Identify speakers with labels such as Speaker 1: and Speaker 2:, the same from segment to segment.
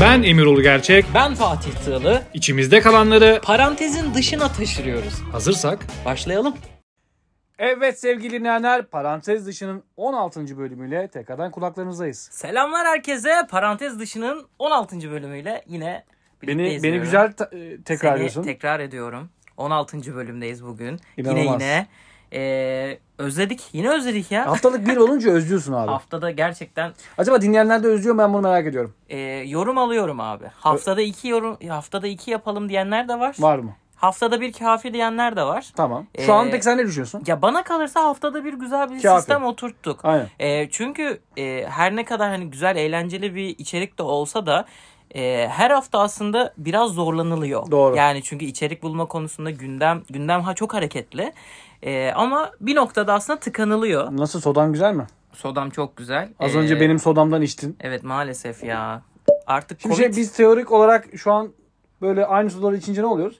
Speaker 1: Ben Emirol Gerçek.
Speaker 2: Ben Fatih Tığlı.
Speaker 1: İçimizde kalanları
Speaker 2: Parantezin dışına taşırıyoruz.
Speaker 1: hazırsak.
Speaker 2: Başlayalım.
Speaker 1: Evet sevgili dinleyenler, Parantez Dışı'nın 16. bölümüyle tekrardan kulaklarınızdayız.
Speaker 2: Selamlar herkese. Parantez dışının 16. bölümüyle yine
Speaker 1: Beni
Speaker 2: birlikteyiz
Speaker 1: beni
Speaker 2: diyorum.
Speaker 1: güzel ta- e, tekrarlıyorsun.
Speaker 2: Seni tekrar ediyorum. 16. bölümdeyiz bugün. Yine
Speaker 1: İnanılmaz.
Speaker 2: yine e, özledik. Yine özledik ya.
Speaker 1: Haftalık bir olunca özlüyorsun abi.
Speaker 2: Haftada gerçekten
Speaker 1: Acaba dinleyenler de özlüyor mu? ben bunu merak ediyorum.
Speaker 2: e, yorum alıyorum abi. Haftada iki yorum haftada iki yapalım diyenler de var.
Speaker 1: Var mı?
Speaker 2: Haftada bir kafi diyenler de var.
Speaker 1: Tamam. Şu
Speaker 2: Ee,
Speaker 1: an peki sen ne düşünüyorsun?
Speaker 2: Ya bana kalırsa haftada bir güzel bir
Speaker 1: Kafi.
Speaker 2: sistem oturttuk.
Speaker 1: Aynen.
Speaker 2: E, çünkü e, her ne kadar hani güzel eğlenceli bir içerik de olsa da e, her hafta aslında biraz zorlanılıyor.
Speaker 1: Doğru.
Speaker 2: Yani çünkü içerik bulma konusunda gündem gündem ha çok hareketli. E, ama bir noktada aslında tıkanılıyor.
Speaker 1: Nasıl sodan güzel mi?
Speaker 2: Sodam çok güzel.
Speaker 1: Az
Speaker 2: E,
Speaker 1: önce benim sodamdan içtin.
Speaker 2: Evet maalesef ya. Artık
Speaker 1: Şimdi
Speaker 2: Covid-
Speaker 1: şey, biz teorik olarak şu an böyle aynı sodaları içince ne oluyoruz?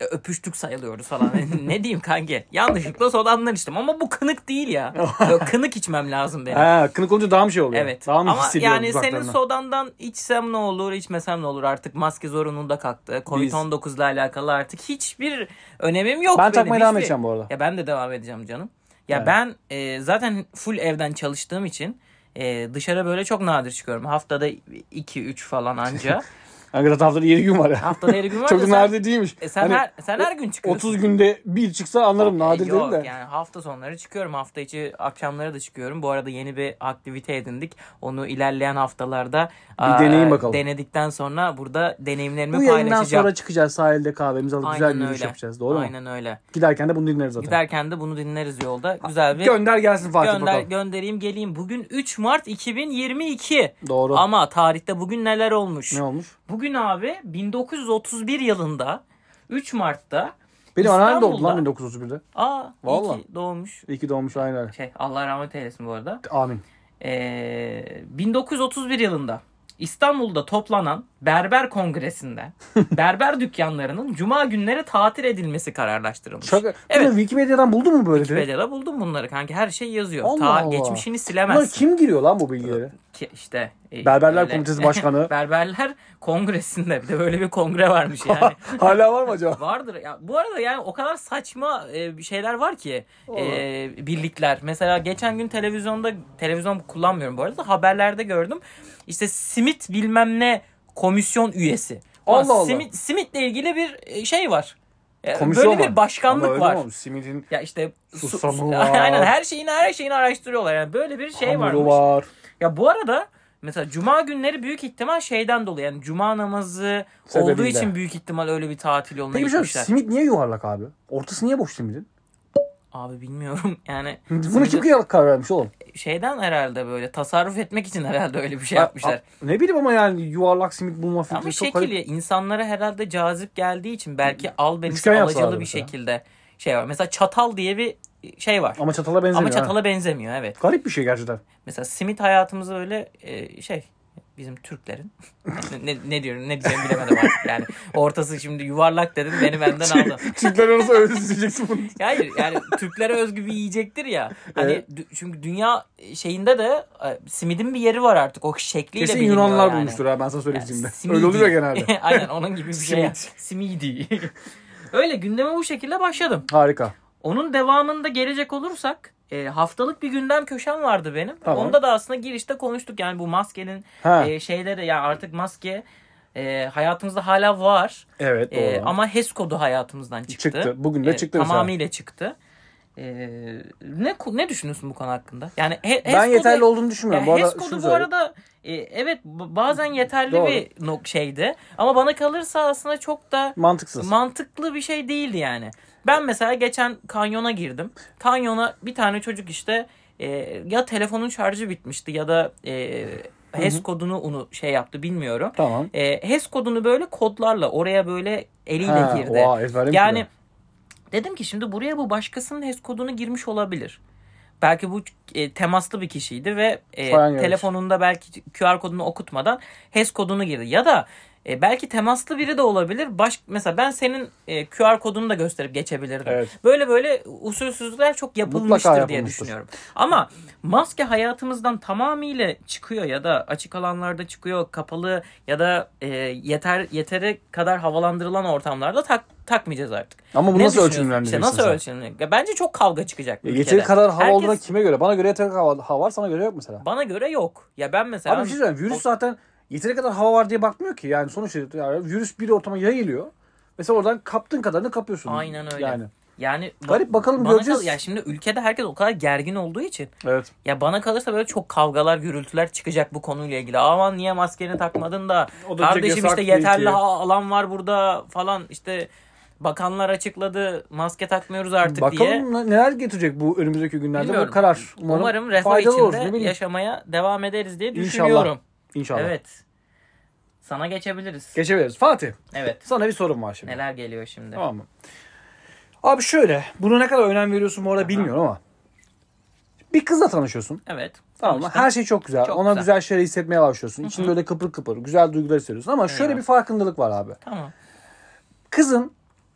Speaker 2: E, öpüştük sayılıyoruz falan. ne diyeyim kanki? Yanlışlıkla sodamdan içtim ama bu kınık değil ya. Böyle kınık içmem lazım benim.
Speaker 1: Ha, kınık olunca daha mı şey oluyor?
Speaker 2: Evet.
Speaker 1: Daha mı
Speaker 2: Ama
Speaker 1: hissediyorum
Speaker 2: yani senin
Speaker 1: uzaklarından?
Speaker 2: sodandan içsem ne olur, içmesem ne olur artık maske zorununda kalktı. Covid-19 ile alakalı artık hiçbir önemim yok.
Speaker 1: Ben
Speaker 2: benim,
Speaker 1: takmaya devam
Speaker 2: hiçbir-
Speaker 1: edeceğim bu arada.
Speaker 2: Ya ben de devam edeceğim canım. Ya
Speaker 1: Yani.
Speaker 2: ben e, zaten full evden çalıştığım için e, dışarı böyle çok nadir çıkıyorum. Haftada 2-3 falan anca.
Speaker 1: Hakikaten haftada 7 gün var ya.
Speaker 2: Haftada her gün var
Speaker 1: Çok
Speaker 2: da sen-
Speaker 1: nadir değilmiş.
Speaker 2: E, sen,
Speaker 1: Hani
Speaker 2: her, sen her gün çıkıyorsun.
Speaker 1: 30 günde bir çıksa anlarım nadir
Speaker 2: E,
Speaker 1: değil
Speaker 2: Yok
Speaker 1: de.
Speaker 2: yani hafta sonları çıkıyorum. Hafta içi akşamları da çıkıyorum. Bu arada yeni bir aktivite edindik. Onu ilerleyen haftalarda
Speaker 1: Bir deneyin bakalım.
Speaker 2: Denedikten sonra burada deneyimlerimi
Speaker 1: Bu yayından
Speaker 2: paylaşacağım.
Speaker 1: sonra çıkacağız sahilde kahvemizi alıp güzel bir
Speaker 2: Aynen
Speaker 1: yürüyüş
Speaker 2: öyle.
Speaker 1: yapacağız. Doğru mu?
Speaker 2: Aynen öyle.
Speaker 1: Giderken de bunu dinleriz zaten.
Speaker 2: Giderken de bunu dinleriz yolda. Güzel bir
Speaker 1: Gönder gelsin Fatih
Speaker 2: gönder
Speaker 1: bakalım.
Speaker 2: göndereyim geleyim. Bugün 3 Mart 2022.
Speaker 1: Doğru.
Speaker 2: Ama tarihte bugün neler olmuş?
Speaker 1: Ne olmuş?
Speaker 2: Bugün abi 1931 yılında 3 Mart'ta
Speaker 1: Benim anneannem doğdu lan
Speaker 2: İstanbul'da.
Speaker 1: 1931'de.
Speaker 2: Aa iyi ki
Speaker 1: Vallahi.
Speaker 2: doğmuş.
Speaker 1: İyi ki doğmuş aynen öyle.
Speaker 2: Şey Allah rahmet eylesin bu arada.
Speaker 1: Amin.
Speaker 2: Ee, 1931 yılında İstanbul'da toplanan Berber Kongresi'nde berber dükkanlarının cuma günleri tatil edilmesi kararlaştırılmış.
Speaker 1: Şaka.
Speaker 2: Evet.
Speaker 1: Bunu Wikipedia'dan buldun mu böyle direkt?
Speaker 2: Wikipedia'da buldum bunları kanki. Her şey yazıyor.
Speaker 1: Allah
Speaker 2: Ta
Speaker 1: Allah.
Speaker 2: geçmişini
Speaker 1: Bunlar
Speaker 2: silemez.
Speaker 1: kim giriyor lan bu bilgileri?
Speaker 2: Ki işte e,
Speaker 1: Berberler
Speaker 2: öyle-
Speaker 1: Komitesi Başkanı.
Speaker 2: Berberler Kongresi'nde bir de böyle bir kongre varmış yani.
Speaker 1: Hala var mı acaba?
Speaker 2: Vardır ya. Bu arada yani o kadar saçma e, şeyler var ki
Speaker 1: Olur.
Speaker 2: e, birlikler. Mesela geçen gün televizyonda televizyon kullanmıyorum bu arada da haberlerde gördüm. İşte simit bilmem ne komisyon üyesi. Ulan
Speaker 1: Allah Allah.
Speaker 2: Simit simitle ilgili bir e, şey var. E,
Speaker 1: Komisyon
Speaker 2: Böyle
Speaker 1: var.
Speaker 2: bir başkanlık
Speaker 1: Ama öyle
Speaker 2: var.
Speaker 1: mi olmuş? Simidin
Speaker 2: Ya işte su-
Speaker 1: Susamı
Speaker 2: su-
Speaker 1: var.
Speaker 2: aynen her şeyini her şeyini araştırıyorlar. Yani böyle bir şey
Speaker 1: hamuru
Speaker 2: varmış.
Speaker 1: var.
Speaker 2: Ya bu arada mesela cuma günleri büyük ihtimal şeyden dolayı yani cuma namazı
Speaker 1: Sebebiyle.
Speaker 2: olduğu için büyük ihtimal öyle bir tatil yoluna
Speaker 1: Peki bir şey
Speaker 2: gitmişler.
Speaker 1: simit niye yuvarlak abi? Ortası niye boş simidin?
Speaker 2: Abi bilmiyorum yani
Speaker 1: Bunu kim karar vermiş oğlum?
Speaker 2: şeyden herhalde böyle tasarruf etmek için herhalde öyle bir şey yapmışlar.
Speaker 1: A- Ne bileyim ama yani yuvarlak simit bulma fikri
Speaker 2: Ama
Speaker 1: çok
Speaker 2: şekil
Speaker 1: garip.
Speaker 2: ya, insanlara herhalde cazip geldiği için belki al
Speaker 1: Üçgen
Speaker 2: benisi
Speaker 1: yapsalardı
Speaker 2: alacalı bir
Speaker 1: mesela.
Speaker 2: şekilde şey var. Mesela çatal diye bir şey var.
Speaker 1: Ama çatala benzemiyor.
Speaker 2: Ama
Speaker 1: ha.
Speaker 2: çatala benzemiyor evet.
Speaker 1: Garip bir şey gerçekten.
Speaker 2: Mesela simit hayatımızı öyle e, şey bizim Türklerin ne, ne, ne diyorum ne diyeceğimi bilemedim artık yani ortası şimdi yuvarlak dedim beni benden aldı.
Speaker 1: Türkler arası öyle diyeceksin bunu.
Speaker 2: Hayır yani Türklere özgü bir yiyecektir ya. Hani
Speaker 1: Evet.
Speaker 2: dü- çünkü dünya şeyinde de e, simidin bir yeri var artık o şekliyle
Speaker 1: Kesin
Speaker 2: biliniyor
Speaker 1: Yunanlar
Speaker 2: yani.
Speaker 1: bulmuştur ha ben sana söyleyeyim
Speaker 2: Yani
Speaker 1: şimdi.
Speaker 2: simidi.
Speaker 1: Öyle oluyor genelde.
Speaker 2: Aynen onun gibi bir şey.
Speaker 1: Simit.
Speaker 2: Simidi. Öyle gündeme bu şekilde başladım.
Speaker 1: Harika.
Speaker 2: Onun devamında gelecek olursak e, haftalık bir gündem köşem vardı benim.
Speaker 1: Tamam.
Speaker 2: Onda da aslında girişte konuştuk yani bu maskenin
Speaker 1: Ha.
Speaker 2: e, şeyleri yani artık maske e, hayatımızda hala var.
Speaker 1: evet doğru.
Speaker 2: E, ama HES kodu hayatımızdan çıktı.
Speaker 1: Çıktı. Bugün de
Speaker 2: E,
Speaker 1: çıktı mesela.
Speaker 2: Tamamıyla çıktı. E, ne ne düşünüyorsun bu konu hakkında? Yani he- HES
Speaker 1: ben
Speaker 2: kodu-
Speaker 1: yeterli olduğunu düşünmüyorum.
Speaker 2: ya
Speaker 1: bu
Speaker 2: HES
Speaker 1: arada şunu
Speaker 2: kodu bu
Speaker 1: söyleyeyim.
Speaker 2: arada e, evet b- bazen yeterli
Speaker 1: Doğru.
Speaker 2: bir nok- şeydi. Ama bana kalırsa aslında çok da
Speaker 1: Mantıksız.
Speaker 2: mantıklı bir şey değildi yani. Ben mesela geçen kanyona girdim. Kanyona bir tane çocuk işte e, ya telefonun şarjı bitmişti ya da e, HES kodunu onu şey yaptı bilmiyorum.
Speaker 1: tamam.
Speaker 2: E, HES kodunu böyle kodlarla oraya böyle eliyle
Speaker 1: Ha,
Speaker 2: E, girdi.
Speaker 1: oha, ezberlemiş
Speaker 2: Yani
Speaker 1: bile.
Speaker 2: dedim ki şimdi buraya bu başkasının HES kodunu girmiş olabilir. Belki bu e, temaslı bir kişiydi ve e,
Speaker 1: Falan yazmış.
Speaker 2: telefonunda belki QR kodunu okutmadan HES kodunu girdi. Ya da e, E, belki temaslı biri de olabilir. Baş, mesela ben senin e, QR kodunu da gösterip geçebilirdim.
Speaker 1: Evet.
Speaker 2: Böyle böyle usulsüzlükler çok yapılmıştır
Speaker 1: Mutlaka
Speaker 2: diye
Speaker 1: yapılmıştır.
Speaker 2: düşünüyorum. Ama maske hayatımızdan tamamıyla çıkıyor ya da açık alanlarda çıkıyor, kapalı ya da e, yeter yeteri kadar havalandırılan ortamlarda tak, takmayacağız artık.
Speaker 1: Ama bu
Speaker 2: Ne
Speaker 1: nasıl
Speaker 2: düşünüyorsun?
Speaker 1: ölçümlendireceksin
Speaker 2: İşte nasıl
Speaker 1: sen?
Speaker 2: ölçümlenecek? Ya Bence çok kavga çıkacak.
Speaker 1: Ya
Speaker 2: ülkede.
Speaker 1: Yeteri kadar hava
Speaker 2: Herkes-
Speaker 1: olarak kime göre? Bana göre yeteri kadar hava, hava var sana göre yok mesela.
Speaker 2: Bana göre yok. Ya ben mesela
Speaker 1: Abi bir şey söyleyeyim. Virüs
Speaker 2: O-
Speaker 1: zaten yeteri kadar hava var diye bakmıyor ki. Yani sonuçta yani virüs bir ortama yayılıyor. Mesela oradan kaptın kadarını kapıyorsun.
Speaker 2: Aynen öyle.
Speaker 1: Yani.
Speaker 2: yani ba-
Speaker 1: Garip bakalım
Speaker 2: bana
Speaker 1: göreceğiz.
Speaker 2: kal- ya şimdi ülkede herkes o kadar gergin olduğu için
Speaker 1: Evet.
Speaker 2: ya bana kalırsa böyle çok kavgalar, gürültüler çıkacak bu konuyla ilgili. Aman niye maskeni takmadın da
Speaker 1: O da diyecek,
Speaker 2: kardeşim
Speaker 1: yasak
Speaker 2: işte
Speaker 1: değil
Speaker 2: yeterli
Speaker 1: ki.
Speaker 2: ha- alan var burada falan işte bakanlar açıkladı maske takmıyoruz artık
Speaker 1: bakalım
Speaker 2: diye.
Speaker 1: ne- neler getirecek bu önümüzdeki günlerde
Speaker 2: Bilmiyorum.
Speaker 1: bu karar. Umarım,
Speaker 2: Umarım refah
Speaker 1: faydalı olur. Ne
Speaker 2: içinde
Speaker 1: bileyim.
Speaker 2: yaşamaya devam ederiz diye
Speaker 1: İnşallah.
Speaker 2: düşünüyorum.
Speaker 1: İnşallah.
Speaker 2: Evet. Sana geçebiliriz.
Speaker 1: Geçebiliriz. Fatih
Speaker 2: evet.
Speaker 1: sana bir sorum var şimdi.
Speaker 2: Neler geliyor şimdi?
Speaker 1: Tamam mı? Abi şöyle. Buna ne kadar önem veriyorsun bu arada bilmiyorum ama. Bir kızla tanışıyorsun.
Speaker 2: Evet.
Speaker 1: Tamam mı?
Speaker 2: Sonuçta-
Speaker 1: Her şey çok güzel.
Speaker 2: Çok
Speaker 1: Ona
Speaker 2: güzel.
Speaker 1: güzel. şeyleri hissetmeye başlıyorsun. İçinde böyle kıpır kıpır. Güzel duygular hissediyorsun. Ama şöyle
Speaker 2: Eyvah.
Speaker 1: bir farkındalık var abi.
Speaker 2: Tamam.
Speaker 1: Kızın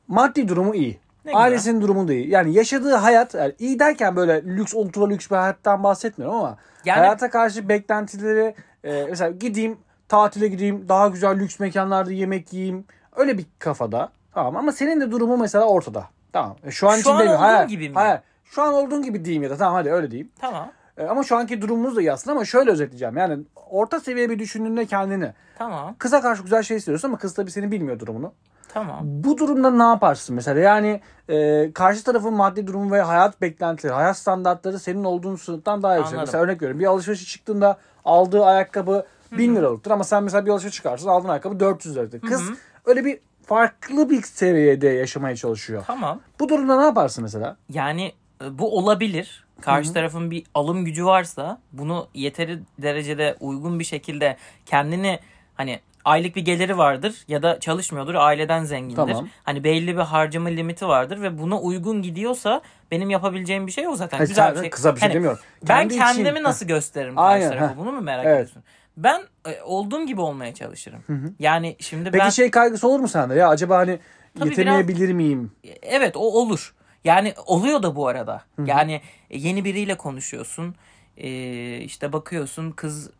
Speaker 1: maddi durumu iyi.
Speaker 2: Ne güzel.
Speaker 1: Ailesinin durumu da iyi. Yani yaşadığı hayat yani iyi derken böyle lüks ultra lüks bir hayattan bahsetmiyorum ama
Speaker 2: Yani-
Speaker 1: hayata karşı beklentileri e, mesela gideyim tatile gideyim daha güzel lüks mekanlarda yemek yiyeyim öyle bir kafada tamam ama senin de durumu mesela ortada tamam E, şu an
Speaker 2: Şu
Speaker 1: için
Speaker 2: an
Speaker 1: değil
Speaker 2: olduğun
Speaker 1: hayır,
Speaker 2: gibi mi?
Speaker 1: hayır şu an olduğun gibi diyeyim ya da tamam hadi öyle diyeyim
Speaker 2: Tamam.
Speaker 1: E, ama şu anki durumumuz da iyi aslında ama şöyle özetleyeceğim yani orta seviye bir düşündüğünde kendini
Speaker 2: Tamam.
Speaker 1: kıza karşı güzel şey istiyorsun ama kız tabii seni bilmiyor durumunu
Speaker 2: Tamam.
Speaker 1: bu durumda ne yaparsın mesela? Yani e, karşı tarafın maddi durumu ve hayat beklentileri, hayat standartları senin olduğun sınıftan daha yüksek.
Speaker 2: Anladım.
Speaker 1: Mesela örnek veriyorum bir alışverişe çıktığında aldığı ayakkabı 1000 liralıktır ama sen mesela bir alışverişe çıkarsın aldığın ayakkabı 400 liralıktır. Kız öyle bir farklı bir seviyede yaşamaya çalışıyor.
Speaker 2: Tamam.
Speaker 1: Bu durumda ne yaparsın mesela?
Speaker 2: Yani e, bu olabilir. Karşı tarafın bir alım gücü varsa bunu yeteri derecede uygun bir şekilde kendini hani aylık bir geliri vardır ya da çalışmıyordur aileden zengindir.
Speaker 1: Tamam.
Speaker 2: Hani belli bir harcama limiti vardır ve buna uygun gidiyorsa benim yapabileceğim bir şey yok zaten.
Speaker 1: Hayır,
Speaker 2: Güzel
Speaker 1: sen-
Speaker 2: bir şey.
Speaker 1: kıza bir şey
Speaker 2: Hani
Speaker 1: demiyorum.
Speaker 2: Ben
Speaker 1: Kendi için-
Speaker 2: kendimi
Speaker 1: Heh.
Speaker 2: nasıl gösteririm karşı
Speaker 1: Aynen,
Speaker 2: tarafa
Speaker 1: heh.
Speaker 2: bunu mu merak
Speaker 1: Evet.
Speaker 2: ediyorsun? Ben e, olduğum gibi olmaya çalışırım. Yani şimdi
Speaker 1: Peki
Speaker 2: ben
Speaker 1: şey kaygısı olur mu sende? Ya acaba hani
Speaker 2: Tabii
Speaker 1: yetemeyebilir miyim?
Speaker 2: Evet o olur. Yani oluyor da bu arada. Yani yeni biriyle konuşuyorsun. Ee, işte bakıyorsun kız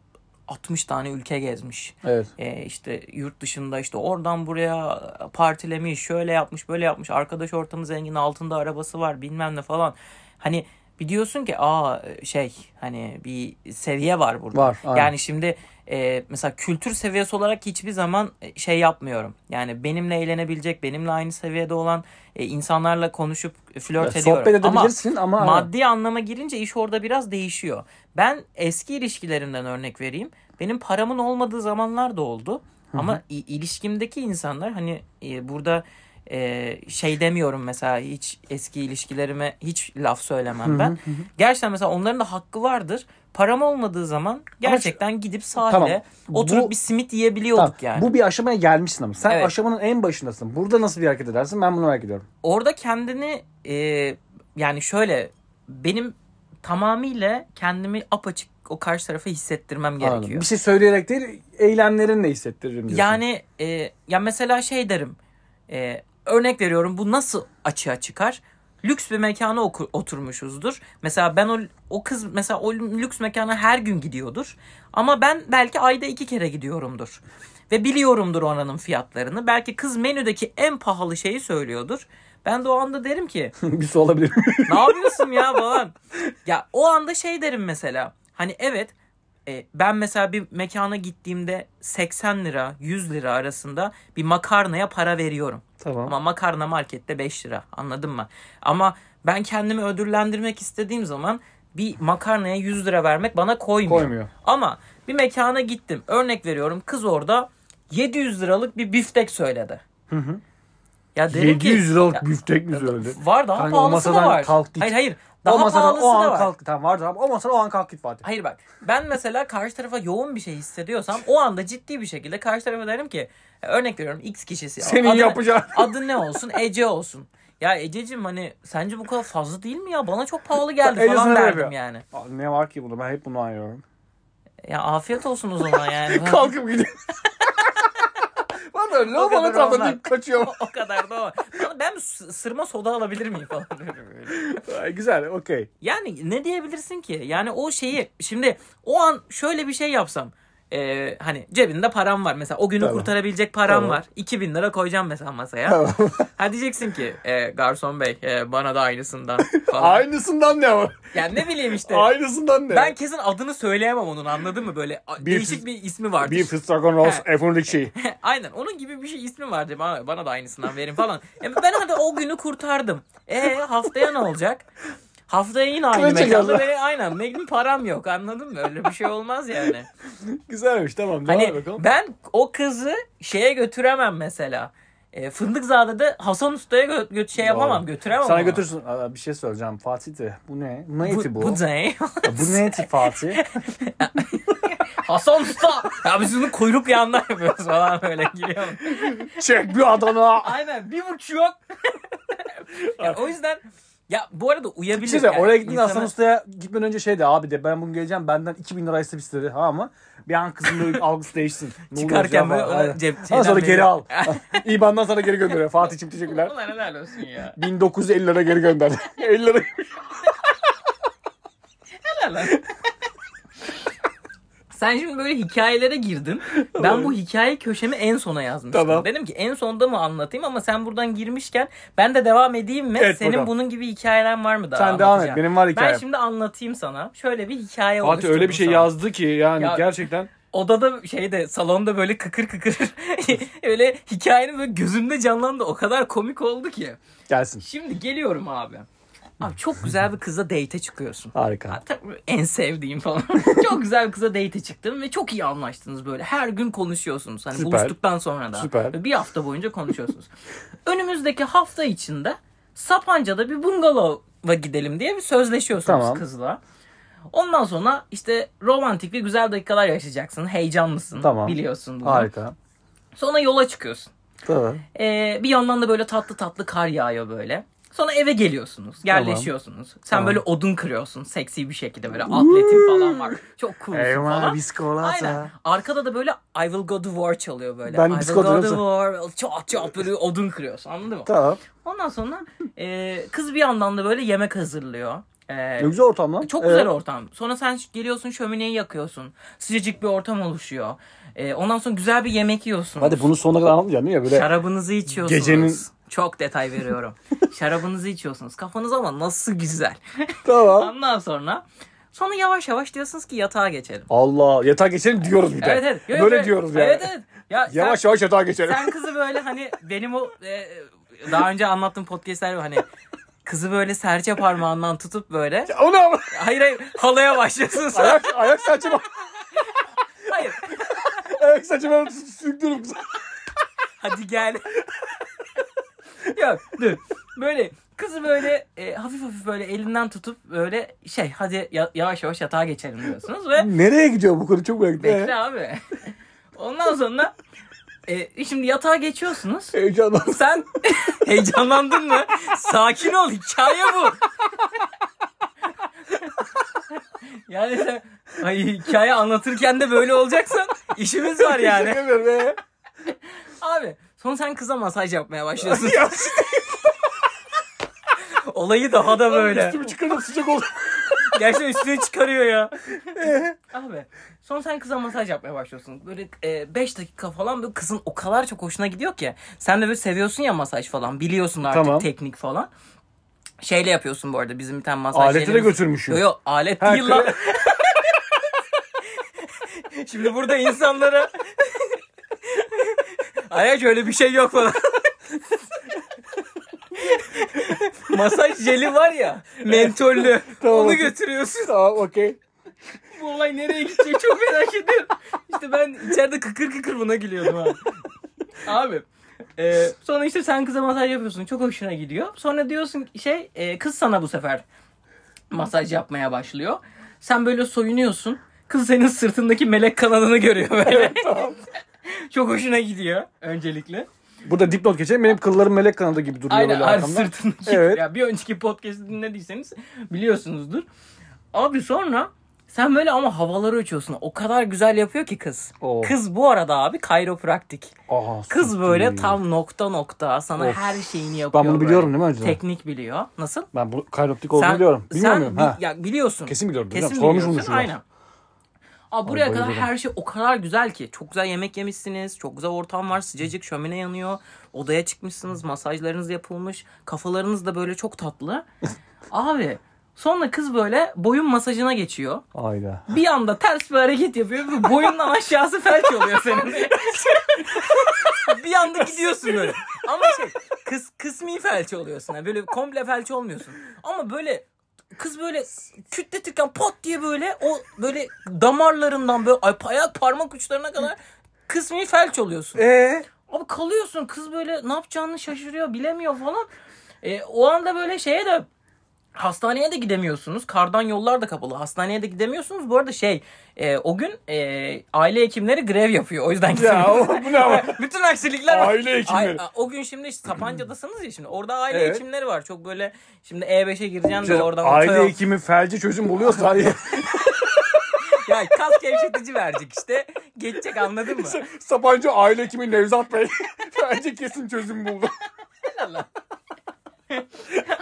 Speaker 2: 60 tane ülke gezmiş.
Speaker 1: Evet.
Speaker 2: Ee, işte yurt dışında işte oradan buraya partilemiş, şöyle yapmış, böyle yapmış. Arkadaş ortamı zengin, altında arabası var, bilmem ne falan. Hani biliyorsun ki aa şey hani bir seviye var burada.
Speaker 1: Var, aynen.
Speaker 2: Yani şimdi e, mesela kültür seviyesi olarak hiçbir zaman e, şey yapmıyorum. Yani benimle eğlenebilecek, benimle aynı seviyede olan e, insanlarla konuşup e, flört
Speaker 1: Ya
Speaker 2: ediyorum.
Speaker 1: sohbet
Speaker 2: Ama
Speaker 1: edebilirsin ama,
Speaker 2: Maddi anlama girince iş orada biraz değişiyor. Ben eski ilişkilerimden örnek vereyim. Benim paramın olmadığı zamanlar da oldu. Ama i- ilişkimdeki insanlar hani e, burada e, şey demiyorum mesela hiç eski ilişkilerime hiç laf söylemem ben. Gerçekten mesela onların da hakkı vardır. Param olmadığı zaman gerçekten gidip sahile
Speaker 1: Tamam.
Speaker 2: oturup
Speaker 1: Bu-
Speaker 2: bir simit
Speaker 1: Tamam,
Speaker 2: yiyebiliyorduk yani.
Speaker 1: Bu bir aşamaya gelmişsin ama. Sen
Speaker 2: Evet.
Speaker 1: aşamanın en başındasın. Burada nasıl bir hareket edersin? Ben bunu merak ediyorum.
Speaker 2: orada kendini e, yani şöyle benim tamamıyla kendimi apaçık o karşı tarafa hissettirmem
Speaker 1: Anladım.
Speaker 2: gerekiyor.
Speaker 1: Bir şey söyleyerek değil, eylemlerinle hissettiririm diyorsun.
Speaker 2: Yani e, ya mesela şey derim. e, örnek veriyorum bu nasıl açığa çıkar? Lüks bir mekana oku- oturmuşuzdur. Mesela ben o o kız mesela o lüks mekana her gün gidiyordur. Ama ben belki ayda iki kere gidiyorumdur. Ve biliyorumdur oranın fiyatlarını. Belki kız menüdeki en pahalı şeyi söylüyordur. Ben de o anda derim ki
Speaker 1: bir su olabilir.
Speaker 2: ne yapıyorsun ya falan. Ya o anda şey derim mesela. Hani evet e, ben mesela bir mekana gittiğimde 80 lira 100 lira arasında bir makarnaya para veriyorum.
Speaker 1: tamam.
Speaker 2: Ama makarna markette 5 lira anladın mı? Ama ben kendimi ödüllendirmek istediğim zaman bir makarnaya 100 lira vermek bana koymuyor.
Speaker 1: Koymuyor.
Speaker 2: Ama bir mekana gittim örnek veriyorum kız orada 700 liralık bir biftek söyledi. Ya derim ki-
Speaker 1: 700 liralık
Speaker 2: Ya-
Speaker 1: büftek mi söyledi?
Speaker 2: Var daha
Speaker 1: Kanka, o
Speaker 2: pahalısı da
Speaker 1: masadan
Speaker 2: var.
Speaker 1: kalk git.
Speaker 2: hayır hayır. Daha
Speaker 1: o masadan
Speaker 2: pahalısı
Speaker 1: o an
Speaker 2: da var.
Speaker 1: kalk. Tamam vardır ama o masadan o an kalk git Fatih.
Speaker 2: Hayır bak ben mesela karşı tarafa yoğun bir şey hissediyorsam o anda ciddi bir şekilde karşı tarafa derim ki e, örnek veriyorum X kişisi.
Speaker 1: Senin
Speaker 2: Adı-
Speaker 1: yapacağın.
Speaker 2: Adı ne olsun? Ece olsun. Ya Ececiğim hani sence bu kadar fazla değil mi ya? Bana çok pahalı geldi
Speaker 1: Ece sana
Speaker 2: falan
Speaker 1: böyle
Speaker 2: derdim
Speaker 1: yapıyor.
Speaker 2: yani.
Speaker 1: Aa, Ne var ki bunda? Ben hep bunu anlıyorum.
Speaker 2: Ya afiyet olsun o zaman yani.
Speaker 1: Kalkıp gidiyor. böyle
Speaker 2: O
Speaker 1: lavabonun
Speaker 2: kadar
Speaker 1: etrafında
Speaker 2: onlar.
Speaker 1: dönüp kaçıyor.
Speaker 2: o kadar da o. Bana- Ben s- sırma soda alabilir miyim falan. Böyle.
Speaker 1: Ay, Güzel okey.
Speaker 2: Yani ne diyebilirsin ki? Yani o şeyi şimdi o an şöyle bir şey yapsam. e, hani cebinde param var mesela o günü
Speaker 1: Tamam.
Speaker 2: kurtarabilecek param
Speaker 1: Tamam.
Speaker 2: var. 2000 lira koyacağım mesela masaya.
Speaker 1: Tamam.
Speaker 2: Ha diyeceksin ki e, garson bey e, bana da aynısından falan.
Speaker 1: Aynısından ne ama?
Speaker 2: Yani ne bileyim işte.
Speaker 1: Aynısından ne?
Speaker 2: Ben kesin adını söyleyemem onun anladın mı? Böyle a-
Speaker 1: Bir
Speaker 2: değişik
Speaker 1: fıs-
Speaker 2: bir ismi vardır.
Speaker 1: Bir fıstragon Ross
Speaker 2: He.
Speaker 1: F12.
Speaker 2: Aynen onun gibi bir şey ismi vardı bana, bana da aynısından verin falan. E, ben hadi o günü kurtardım. E haftaya ne olacak? Haftaya yine aynı
Speaker 1: Kılıç
Speaker 2: mekanda
Speaker 1: çekerler.
Speaker 2: ve aynen benim param yok anladın mı? Öyle bir şey olmaz yani.
Speaker 1: Güzelmiş tamam. Devam
Speaker 2: Hani
Speaker 1: bakalım.
Speaker 2: ben o kızı şeye götüremem mesela. E, Fındıkzade'de Hasan Usta'ya gö- gö- şey yapamam götüremem.
Speaker 1: Sana
Speaker 2: onu.
Speaker 1: götürsün. Aa, bir şey söyleyeceğim. Fatih de bu ne? Bu ne eti bu?
Speaker 2: Bu, bu ne?
Speaker 1: Ya bu ne eti Fatih?
Speaker 2: Hasan Usta! Ya biz bunu kuyruk yanına yapıyoruz falan böyle giriyor.
Speaker 1: Çek bir Adana.
Speaker 2: Aynen bir buçuk. ya, o yüzden ya bu arada uyabilir.
Speaker 1: Bir şey söyleyeyim,
Speaker 2: yani.
Speaker 1: oraya gittin
Speaker 2: İnsana-
Speaker 1: Hasan Usta'ya gitmeden önce şey de abi de ben bunu geleceğim benden 2000 lira istep istedi tamam mı? Bir an kızın böyle algısı değişsin. Ne oluyor
Speaker 2: Çıkarken
Speaker 1: acaba?
Speaker 2: böyle ona
Speaker 1: Aynen.
Speaker 2: cep-
Speaker 1: Ama sonra
Speaker 2: şeyden
Speaker 1: geri al.
Speaker 2: veriyor.
Speaker 1: İBAN'dan sana geri gönderiyor. Fatih'cim teşekkürler.
Speaker 2: Ulan helal olsun ya.
Speaker 1: 1950 lira geri gönder. 50 lira.
Speaker 2: Helal lan. Sen şimdi böyle hikayelere girdin. Ben bu hikaye köşemi en sona yazmıştım.
Speaker 1: Tamam.
Speaker 2: Dedim ki en sonda mı anlatayım ama sen buradan girmişken ben de devam edeyim mi?
Speaker 1: Evet,
Speaker 2: Senin
Speaker 1: bakalım.
Speaker 2: bunun gibi hikayelen var mı daha
Speaker 1: Sen devam et.
Speaker 2: anlatacağım?
Speaker 1: Benim var
Speaker 2: Ben
Speaker 1: hikayem.
Speaker 2: şimdi anlatayım sana. Şöyle bir hikaye
Speaker 1: Fatih öyle bir şey
Speaker 2: oluşturdum sana.
Speaker 1: yazdı ki yani
Speaker 2: Ya-
Speaker 1: gerçekten.
Speaker 2: odada şeyde salonda böyle kıkır kıkır öyle hikayenin böyle gözümde canlandı. O kadar komik oldu ki.
Speaker 1: Gelsin.
Speaker 2: Şimdi geliyorum abi. Abi çok güzel bir kızla date'e çıkıyorsun.
Speaker 1: Harika.
Speaker 2: Tabii en sevdiğim falan. çok güzel bir kıza date'e çıktım ve çok iyi anlaştınız böyle. Her gün konuşuyorsunuz. Hani
Speaker 1: Süper.
Speaker 2: buluştuktan sonra da.
Speaker 1: Süper.
Speaker 2: Ve Bir hafta boyunca konuşuyorsunuz. Önümüzdeki hafta içinde Sapanca'da bir bungalova gidelim diye bir sözleşiyorsunuz
Speaker 1: Tamam.
Speaker 2: kızla. Ondan sonra işte romantik ve güzel dakikalar yaşayacaksın. Heyecanlısın.
Speaker 1: Tamam.
Speaker 2: Biliyorsun bunu.
Speaker 1: Harika.
Speaker 2: Sonra yola çıkıyorsun.
Speaker 1: Tamam.
Speaker 2: Ee, bir yandan da böyle tatlı tatlı kar yağıyor böyle. Sonra eve geliyorsunuz, yerleşiyorsunuz. Sen
Speaker 1: Tamam.
Speaker 2: böyle odun kırıyorsun seksi bir şekilde böyle atletin falan var. Çok coolsun
Speaker 1: Eyvah
Speaker 2: falan.
Speaker 1: biskolata.
Speaker 2: Aynen. Arkada da böyle I will go to war çalıyor böyle.
Speaker 1: Ben
Speaker 2: I will
Speaker 1: disco
Speaker 2: go to
Speaker 1: diyorum
Speaker 2: war. Çat çat böyle odun kırıyorsun anladın mı?
Speaker 1: Tamam.
Speaker 2: Ondan sonra e, kız bir yandan da böyle yemek hazırlıyor. E,
Speaker 1: Ne güzel ortam lan. Ee,
Speaker 2: çok güzel
Speaker 1: Evet.
Speaker 2: ortam. Sonra sen ş- geliyorsun şömineyi yakıyorsun. Sıcacık bir ortam oluşuyor. E, ondan sonra güzel bir yemek yiyorsun.
Speaker 1: Hadi bunu sonuna kadar anlatmayacaksın değil mi? Böyle
Speaker 2: Şarabınızı içiyorsunuz.
Speaker 1: Gecenin-
Speaker 2: Çok detay veriyorum. Şarabınızı içiyorsunuz. Kafanız ama nasıl güzel.
Speaker 1: tamam.
Speaker 2: Ondan sonra sonra yavaş yavaş diyorsunuz ki yatağa geçelim.
Speaker 1: Allah yatağa geçelim diyoruz bir de.
Speaker 2: Evet evet. Yo, yo,
Speaker 1: Böyle
Speaker 2: yo.
Speaker 1: diyoruz yani.
Speaker 2: Evet evet. Ya sen-
Speaker 1: Yavaş yavaş yatağa geçelim.
Speaker 2: sen kızı böyle hani benim o e, daha önce anlattığım podcastler var hani kızı böyle serçe parmağından tutup böyle
Speaker 1: O ne ama?
Speaker 2: hayır hayır halaya başlıyorsun sonra.
Speaker 1: Ayak, ayak saçıma.
Speaker 2: Hayır.
Speaker 1: Ayak saçıma sürdürüm.
Speaker 2: Hadi gel. Yok dur. Böyle kızı böyle e, hafif hafif böyle elinden tutup böyle şey hadi ya- yavaş yavaş yatağa geçelim diyorsunuz ve
Speaker 1: Nereye gidiyor bu konu? Çok merak ettim.
Speaker 2: bekle abi. Ondan sonra e, şimdi yatağa geçiyorsunuz.
Speaker 1: Ee, Heyecandan.
Speaker 2: Sen heyecanlandın mı? Sakin ol hikaye bu. yani sen ay, hikaye anlatırken de böyle olacaksan işimiz var yani.
Speaker 1: Şaka yapıyorum ya.
Speaker 2: Abi sonra sen kıza masaj yapmaya başlıyorsun. Olayı daha da böyle.
Speaker 1: Üstümü çıkardım sıcak oldu.
Speaker 2: Gerçekten üstüne çıkarıyor ya. Abi sonra sen kıza masaj yapmaya başlıyorsun. Böyle 5 dakika falan böyle kızın o kadar çok hoşuna gidiyor ki. Sen de böyle seviyorsun ya masaj falan. Biliyorsun artık
Speaker 1: Tamam.
Speaker 2: teknik falan. Şeyle yapıyorsun bu arada bizim bir tane masaj
Speaker 1: Aleti de
Speaker 2: şeylerimiz-
Speaker 1: götürmüşüm.
Speaker 2: Yok yok alet değil lan.
Speaker 1: kre-
Speaker 2: Şimdi burada insanlara Ayaç öyle bir şey yok falan. Masaj jeli var ya mentollü.
Speaker 1: Tamam.
Speaker 2: Onu götürüyorsun.
Speaker 1: Tamam okey.
Speaker 2: Bu olay nereye gidecek çok merak ediyorum. İşte ben içeride kıkır kıkır buna gülüyordum abi. Abi. e, sonra işte sen kıza masaj yapıyorsun. Çok hoşuna gidiyor. Sonra diyorsun ki şey e, kız sana bu sefer masaj yapmaya başlıyor. Sen böyle soyunuyorsun. Kız senin sırtındaki melek kanadını görüyor böyle. çok hoşuna gidiyor öncelikle.
Speaker 1: Burada dipnot geçelim. Benim kıllarım melek kanadı gibi duruyor
Speaker 2: Aynen
Speaker 1: böyle
Speaker 2: abi
Speaker 1: arkamda.
Speaker 2: sırtındaki.
Speaker 1: Evet.
Speaker 2: Ya bir önceki podcast'i dinlediyseniz biliyorsunuzdur. Abi sonra Sen böyle ama havaları uçuyorsun. O kadar güzel yapıyor ki kız.
Speaker 1: Oo.
Speaker 2: Kız bu arada abi kayropraktik.
Speaker 1: Aa,
Speaker 2: Kız
Speaker 1: süper.
Speaker 2: böyle tam nokta nokta sana
Speaker 1: Of.
Speaker 2: her şeyini yapıyor.
Speaker 1: Ben bunu
Speaker 2: böyle.
Speaker 1: biliyorum değil mi önceden?
Speaker 2: Teknik biliyor. Nasıl?
Speaker 1: Ben bu kayroptik olduğunu biliyorum. Biliyor
Speaker 2: sen
Speaker 1: muyum?
Speaker 2: bi-
Speaker 1: Ha.
Speaker 2: ya biliyorsun.
Speaker 1: Kesin biliyorum.
Speaker 2: Kesin
Speaker 1: Kesin Sormuş
Speaker 2: biliyorsun.
Speaker 1: bunu şurada.
Speaker 2: Aynen. Aa, buraya kadar
Speaker 1: bayılırım.
Speaker 2: her şey o kadar güzel ki. Çok güzel yemek yemişsiniz. Çok güzel ortam var. Sıcacık şömine yanıyor. Odaya çıkmışsınız. Masajlarınız yapılmış. Kafalarınız da böyle çok tatlı. Abi sonra kız böyle boyun masajına geçiyor.
Speaker 1: Ayda.
Speaker 2: Bir anda ters bir hareket yapıyor ve boyundan aşağısı felç oluyor senin. bir anda gidiyorsun böyle. Ama şey kıs, kısmi felç oluyorsun. Yani böyle komple felç olmuyorsun. Ama böyle kız böyle kütletirken pot diye böyle o böyle damarlarından böyle ay- ayak parmak uçlarına kadar kısmi felç oluyorsun.
Speaker 1: Ee?
Speaker 2: Abi kalıyorsun kız böyle ne yapacağını şaşırıyor bilemiyor falan. E, o anda böyle şeye de hastaneye de gidemiyorsunuz. Kardan yollar da kapalı. Hastaneye de gidemiyorsunuz. Bu arada şey e, o gün e, aile hekimleri grev yapıyor. O yüzden
Speaker 1: Ya o,
Speaker 2: gidemiyorsunuz.
Speaker 1: bu ne ama?
Speaker 2: Bütün aksilikler var.
Speaker 1: Aile hekimleri.
Speaker 2: Ay- o gün şimdi işte Sapanca'dasınız ya şimdi. Orada aile
Speaker 1: Evet.
Speaker 2: hekimleri var. Çok böyle şimdi E5'e gireceğim de oradan
Speaker 1: Şey, Aile
Speaker 2: otoyol-
Speaker 1: hekimi felci çözüm buluyorsa hayır.
Speaker 2: Ya kas gevşetici verecek işte. Geçecek anladın mı?
Speaker 1: Sabancı aile hekimi Nevzat Bey felci kesin çözüm buldu.
Speaker 2: Allah.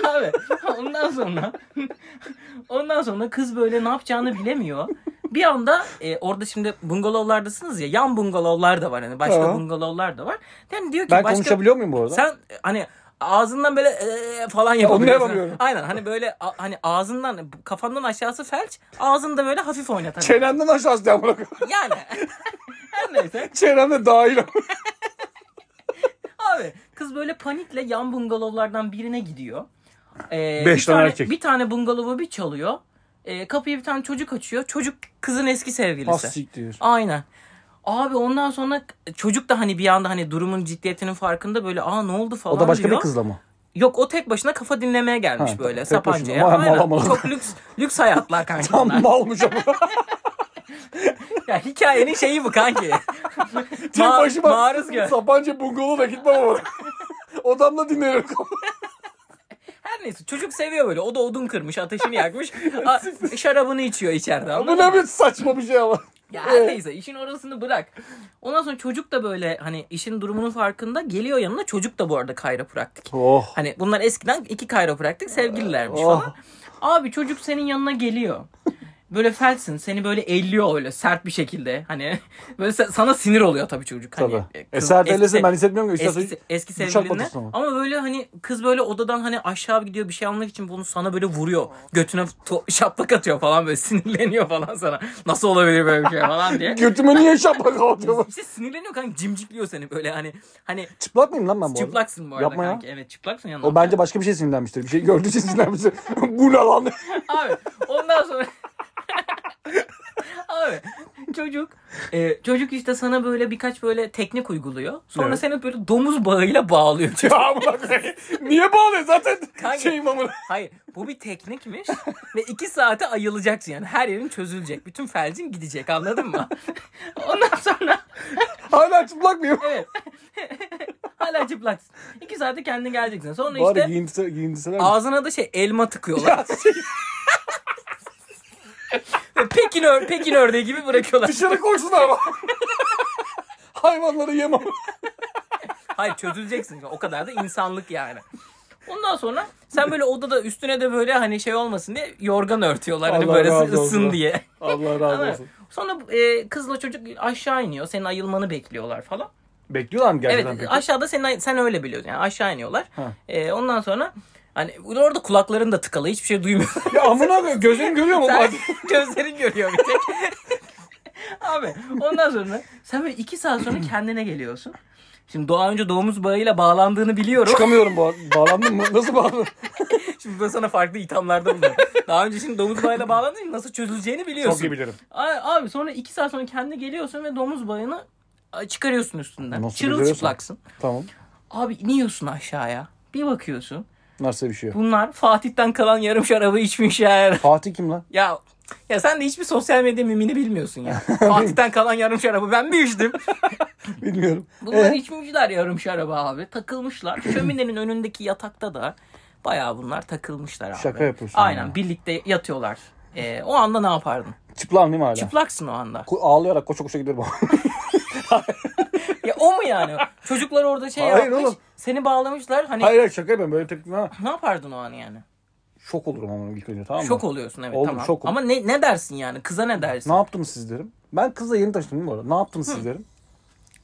Speaker 2: Abi ondan sonra ondan sonra kız böyle ne yapacağını bilemiyor. Bir anda e, orada şimdi bungalovlardasınız ya yan bungalovlar da var hani başka
Speaker 1: Tamam.
Speaker 2: bungalovlar da var. Yani diyor ki
Speaker 1: Ben
Speaker 2: başka
Speaker 1: konuşabiliyor muyum bu arada?
Speaker 2: sen e, hani ağzından böyle e, falan yapabiliyorsun.
Speaker 1: yapamıyorum.
Speaker 2: Aynen hani böyle a- hani ağzından kafandan aşağısı felç ağzında böyle hafif oynatalım.
Speaker 1: Çenenden aşağısı diye bırak.
Speaker 2: yani her neyse.
Speaker 1: Çenende dahil.
Speaker 2: Abi kız böyle panikle yan bungalovlardan birine gidiyor. Ee,
Speaker 1: Beş
Speaker 2: bir
Speaker 1: tane
Speaker 2: tane
Speaker 1: erkek.
Speaker 2: Bir tane bungalovu bir çalıyor. Ee, kapıyı bir tane çocuk açıyor. Çocuk kızın eski
Speaker 1: Ah,
Speaker 2: sevgilisi.
Speaker 1: Hassiktir.
Speaker 2: Aynen. Abi ondan sonra çocuk da hani bir anda hani durumun ciddiyetinin farkında böyle aa ne oldu falan
Speaker 1: O da başka
Speaker 2: diyor.
Speaker 1: bir kızla mı?
Speaker 2: Yok o tek başına kafa dinlemeye gelmiş
Speaker 1: Ha,
Speaker 2: böyle
Speaker 1: tek
Speaker 2: Sapanca'ya.
Speaker 1: başına. Vay,
Speaker 2: Aynen.
Speaker 1: mala mala.
Speaker 2: Çok lüks lüks hayatlar kanka. bunlar.
Speaker 1: Tam malmış ama.
Speaker 2: Ya hikayenin şeyi bu kanki.
Speaker 1: Tek
Speaker 2: Ma-
Speaker 1: başıma
Speaker 2: maruz gör.
Speaker 1: Sabancı bungalova da gitmem ama. Odamda dinlerim.
Speaker 2: Her neyse çocuk seviyor böyle. O da odun kırmış, ateşini yakmış. A- şarabını içiyor içeride.
Speaker 1: bu
Speaker 2: anladın
Speaker 1: ne
Speaker 2: mı?
Speaker 1: bir saçma bir şey ama.
Speaker 2: Ya her neyse işin orasını bırak. Ondan sonra çocuk da böyle hani işin durumunun farkında geliyor yanına. Çocuk da bu arada kayropraktik.
Speaker 1: Oh.
Speaker 2: Hani bunlar eskiden iki kayropraktik sevgililermiş
Speaker 1: Oh.
Speaker 2: falan. Abi çocuk senin yanına geliyor. Böyle felsin seni böyle elliyor öyle sert bir şekilde. Hani böyle se- sana sinir oluyor tabii çocuk. Hani,
Speaker 1: Tabii.
Speaker 2: e, kız-
Speaker 1: Eser Delesi
Speaker 2: eski-
Speaker 1: ben hissetmiyorum ki.
Speaker 2: eski, eski
Speaker 1: bıçak
Speaker 2: sevgiline.
Speaker 1: batırsa ama.
Speaker 2: Ama böyle hani kız böyle odadan hani aşağı gidiyor bir şey almak için bunu sana böyle vuruyor. Götüne to- şaplak atıyor falan böyle sinirleniyor falan sana. Nasıl olabilir böyle bir şey falan diye.
Speaker 1: Götüme niye şaplak atıyor?
Speaker 2: İşte sinirleniyor kanka cimcikliyor seni böyle hani hani
Speaker 1: Çıplak mıyım lan ben bu arada?
Speaker 2: çıplaksın bu arada
Speaker 1: Yapma ya.
Speaker 2: kanka. Evet çıplaksın ya.
Speaker 1: O bence başka bir şey sinirlenmiştir. Bir şey gördüğü için sinirlenmiştir. bu ne lan?
Speaker 2: Abi ondan sonra Abi çocuk e, çocuk işte sana böyle birkaç böyle teknik uyguluyor. Sonra
Speaker 1: Evet.
Speaker 2: seni böyle domuz bağıyla bağlıyor.
Speaker 1: ya bırak. Niye bağlıyor zaten? Şeyim amına.
Speaker 2: Hayır bu bir teknikmiş ve iki saate ayılacaksın yani her yerin çözülecek. Bütün felcin gidecek anladın mı? Ondan sonra
Speaker 1: Hala çıplak mıyım?
Speaker 2: evet hala çıplaksın. İki saate kendin geleceksin. Sonra
Speaker 1: Bari
Speaker 2: işte
Speaker 1: giyindise, giyindiseler mi?
Speaker 2: ağzına da şey elma tıkıyorlar.
Speaker 1: şey,
Speaker 2: Ve Pekin, ör, Pekin ördeği gibi bırakıyorlar.
Speaker 1: Dışarı koşsunlar ama. Hayvanları yemem.
Speaker 2: Hayır çözüleceksin. O kadar da insanlık yani. Ondan sonra sen böyle odada üstüne de böyle hani şey olmasın diye yorgan örtüyorlar. Hani
Speaker 1: Allah
Speaker 2: böyle
Speaker 1: razı olsun.
Speaker 2: ısın diye.
Speaker 1: Allah razı
Speaker 2: Ama
Speaker 1: olsun.
Speaker 2: Sonra e, kızla çocuk aşağı iniyor. Senin ayılmanı bekliyorlar falan.
Speaker 1: Bekliyorlar mı
Speaker 2: Evet
Speaker 1: gerçekten peki?
Speaker 2: aşağıda senin ay- sen öyle biliyorsun. Yani aşağı iniyorlar.
Speaker 1: Ha.
Speaker 2: E, ondan sonra hani orada kulakların da tıkalı. Hiçbir şey duymuyor.
Speaker 1: Ya amına koyayım, gözüm görüyor mu?
Speaker 2: sen
Speaker 1: Hadi.
Speaker 2: gözlerin görüyor bir tek. Abi ondan sonra sen böyle iki saat sonra kendine geliyorsun. Şimdi daha önce doğumuz bağıyla bağlandığını biliyorum.
Speaker 1: Çıkamıyorum bu arada. Bağlandın mı? Nasıl bağlandın?
Speaker 2: Şimdi ben sana farklı ithamlarda bulunuyorum. Daha önce şimdi domuz bağıyla bağlandığın için nasıl çözüleceğini biliyorsun.
Speaker 1: Çok iyi bilirim.
Speaker 2: A- Abi sonra iki saat sonra kendi geliyorsun ve domuz bağını a, çıkarıyorsun üstünden.
Speaker 1: Nasıl
Speaker 2: Çırılçıplaksın.
Speaker 1: Tamam.
Speaker 2: Abi iniyorsun aşağıya. Bir bakıyorsun.
Speaker 1: Nasıl bir şey?
Speaker 2: Bunlar Fatih'ten kalan yarım şarabı içmişler.
Speaker 1: Fatih kim lan?
Speaker 2: Ya ya sen de hiçbir sosyal medya mimini bilmiyorsun ya. Fatih'ten kalan yarım şarabı ben bir içtim.
Speaker 1: Bilmiyorum.
Speaker 2: Bunlar
Speaker 1: Ee?
Speaker 2: içmişler yarım şarabı abi. Takılmışlar. Şöminenin önündeki yatakta da bayağı bunlar takılmışlar abi.
Speaker 1: Şaka yapıyorsun
Speaker 2: Aynen
Speaker 1: ya.
Speaker 2: birlikte yatıyorlar. Ee, o anda ne yapardın?
Speaker 1: Çıplam değil mi hala?
Speaker 2: Çıplaksın o anda.
Speaker 1: Ko- Ağlayarak koşa koşa gidiyorum.
Speaker 2: Ya o mu yani? Çocuklar orada şey
Speaker 1: Hayır
Speaker 2: yapmış.
Speaker 1: oğlum.
Speaker 2: Seni bağlamışlar. Hani
Speaker 1: hayır hayır şaka yapıyorum böyle tepki vermem.
Speaker 2: ne yapardın o an yani?
Speaker 1: Şok olurum ama ilk önce tamam mı?
Speaker 2: Şok oluyorsun evet
Speaker 1: Oldum,
Speaker 2: tamam.
Speaker 1: şokum.
Speaker 2: Ama ne ne dersin yani? Kıza ne dersin?
Speaker 1: Ne yaptım siz derim. Ben kızla yeni taşındım değil mi bu arada? Ne yaptım siz derim.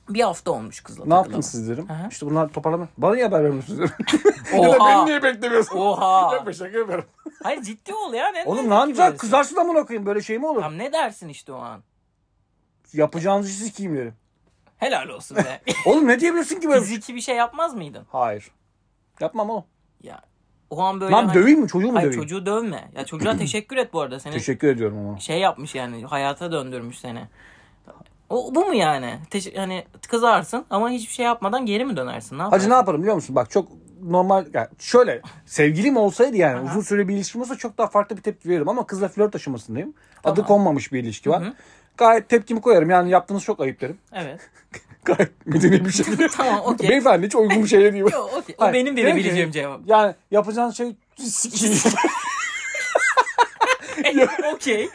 Speaker 2: Bir hafta olmuş kızla.
Speaker 1: Ne yaptın
Speaker 2: takılalı.
Speaker 1: siz derim.
Speaker 2: Aha.
Speaker 1: İşte bunlar toparlama. Bana niye haber vermiyorsunuz derim. ya da
Speaker 2: Oha.
Speaker 1: beni niye beklemiyorsun?
Speaker 2: Oha.
Speaker 1: Yapma şaka yapıyorum.
Speaker 2: Hayır ciddi ol ya. Ne,
Speaker 1: Oğlum ne
Speaker 2: tepki
Speaker 1: yapacak?
Speaker 2: verirsin?
Speaker 1: Kızarsın amına koyayım böyle şey mi olur?
Speaker 2: Tam ne dersin işte o an?
Speaker 1: Yapacağınız işi sikeyim derim.
Speaker 2: Helal olsun be.
Speaker 1: Oğlum ne diyebilirsin ki böyle?
Speaker 2: Fiziki bir şey yapmaz mıydın?
Speaker 1: Hayır. Yapmam oğlum.
Speaker 2: Ya o an böyle
Speaker 1: Lan
Speaker 2: hani-
Speaker 1: döveyim mi? Çocuğu mu
Speaker 2: Hayır
Speaker 1: döveyim?
Speaker 2: çocuğu dövme. Ya çocuğa teşekkür et bu arada. Seni
Speaker 1: Teşekkür ediyorum ama.
Speaker 2: şey yapmış yani hayata döndürmüş seni. O bu mu yani? Teş- hani kızarsın ama hiçbir şey yapmadan geri mi dönersin? Ne
Speaker 1: Hacı
Speaker 2: yaparsın?
Speaker 1: ne yaparım biliyor musun? Bak çok normal yani şöyle sevgilim olsaydı yani
Speaker 2: Aha.
Speaker 1: uzun süre bir ilişkim olsa çok daha farklı bir tepki veririm ama kızla flört aşamasındayım. Adı
Speaker 2: Tamam.
Speaker 1: konmamış bir ilişki var.
Speaker 2: Hı hı.
Speaker 1: Gayet tepkimi koyarım. Yani yaptığınız çok ayıp derim.
Speaker 2: Evet.
Speaker 1: Gayet medeni bir şekilde.
Speaker 2: Tamam okey.
Speaker 1: Beyefendi hiç uygun bir şey değil.
Speaker 2: Yo, okey. O
Speaker 1: Hayır,
Speaker 2: benim
Speaker 1: derim ki-
Speaker 2: verebileceğim cevap.
Speaker 1: Yani yapacağınız şey sikeyim.
Speaker 2: okey.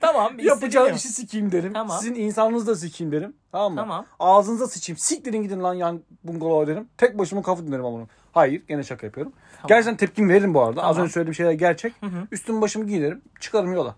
Speaker 2: Tamam.
Speaker 1: Yapacağım
Speaker 2: istediğim-
Speaker 1: işi sikeyim derim.
Speaker 2: Tamam.
Speaker 1: Sizin insanınızı da sikeyim derim. Tamam mı?
Speaker 2: Tamam.
Speaker 1: Ağzınıza sıçayım. Siktirin gidin lan yan bungalova derim. Tek başıma kafa dinlerim ama bunu. Hayır gene şaka yapıyorum. Gerçekten tepkim veririm bu arada. Az
Speaker 2: Tamam.
Speaker 1: önce söylediğim şeyler gerçek. Üstümü başımı giyerim. Çıkarım yola.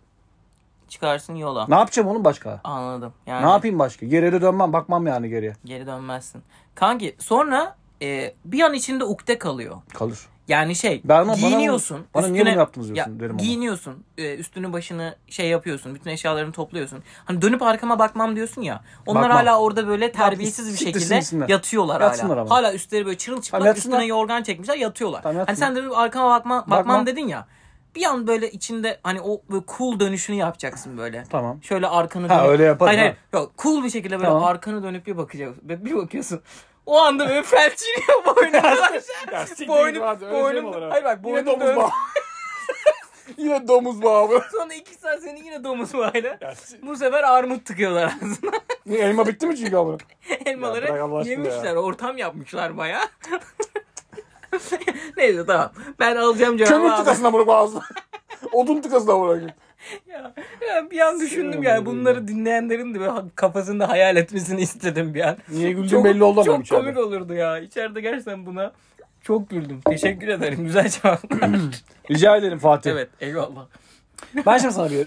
Speaker 2: Çıkarsın yola.
Speaker 1: Ne yapacağım onun başka?
Speaker 2: Anladım. Yani
Speaker 1: Ne yapayım başka? Geriye de dönmem. Bakmam yani geriye.
Speaker 2: geri dönmezsin. Kanki sonra e, bir an içinde ukde kalıyor.
Speaker 1: Kalır.
Speaker 2: Yani şey
Speaker 1: Ben ama-
Speaker 2: giyiniyorsun.
Speaker 1: bana- bana niye
Speaker 2: üstüne-
Speaker 1: bunu yaptınız diyorsun derim ama.
Speaker 2: Giyiniyorsun. e, üstünü başını şey yapıyorsun. Bütün eşyalarını topluyorsun. Hani dönüp arkama bakmam diyorsun ya. Onlar
Speaker 1: Bakmam.
Speaker 2: hala orada böyle terbiyesiz bir
Speaker 1: siktirsin
Speaker 2: şekilde
Speaker 1: gitsinler.
Speaker 2: yatıyorlar
Speaker 1: Yatsınlar
Speaker 2: hala.
Speaker 1: ama.
Speaker 2: Hala üstleri böyle çırılçıplak
Speaker 1: Tamam, yatsınlar.
Speaker 2: üstüne yorgan çekmişler yatıyorlar.
Speaker 1: Tamam,
Speaker 2: hani
Speaker 1: yatsınlar.
Speaker 2: sen dönüp arkama bakma, bakmam,
Speaker 1: Bakmam.
Speaker 2: dedin ya. Bir an böyle içinde hani o böyle cool dönüşünü yapacaksın böyle.
Speaker 1: Tamam.
Speaker 2: Şöyle arkanı
Speaker 1: Ha, öyle yaparım,
Speaker 2: Hayır,
Speaker 1: ha.
Speaker 2: hayır. Yok cool bir şekilde böyle
Speaker 1: Tamam.
Speaker 2: arkanı dönüp bir bakacaksın. Bir bakıyorsun. O anda böyle felçiniyor boynuna.
Speaker 1: Ya siktir
Speaker 2: Boynum-
Speaker 1: git lan, öyle
Speaker 2: boynum-
Speaker 1: şey mi olur abi?
Speaker 2: hayır bak,
Speaker 1: Yine
Speaker 2: boynum
Speaker 1: domuz
Speaker 2: dön-
Speaker 1: bağı. Yine domuz bağı.
Speaker 2: Sonra iki saat seni yine domuz bağıyla.
Speaker 1: Ya si-
Speaker 2: Bu sefer armut tıkıyorlar ağzına.
Speaker 1: Niye, Elma bitti mi çünkü ama? Ya bırak Allah
Speaker 2: Elmaları
Speaker 1: aşkına
Speaker 2: yemişler.
Speaker 1: ya.
Speaker 2: Ortam yapmışlar baya. Neyse tamam. Ben alacağım cevabı
Speaker 1: Kömür
Speaker 2: aldım.
Speaker 1: tıkasına bırak ağzına. Odun tıkasına bırak.
Speaker 2: Ya, ya bir an düşündüm
Speaker 1: Sinirim
Speaker 2: yani.
Speaker 1: oldu
Speaker 2: Bunları dinleyenlerin de böyle kafasında hayal etmesini istedim bir an.
Speaker 1: Niye güldüğüm belli oldu ama
Speaker 2: Çok
Speaker 1: içeride.
Speaker 2: komik olurdu ya. İçeride gerçekten buna çok güldüm. Teşekkür ederim. Güzel cevap.
Speaker 1: Rica ederim Fatih.
Speaker 2: evet eyvallah.
Speaker 1: Ben şimdi sana bir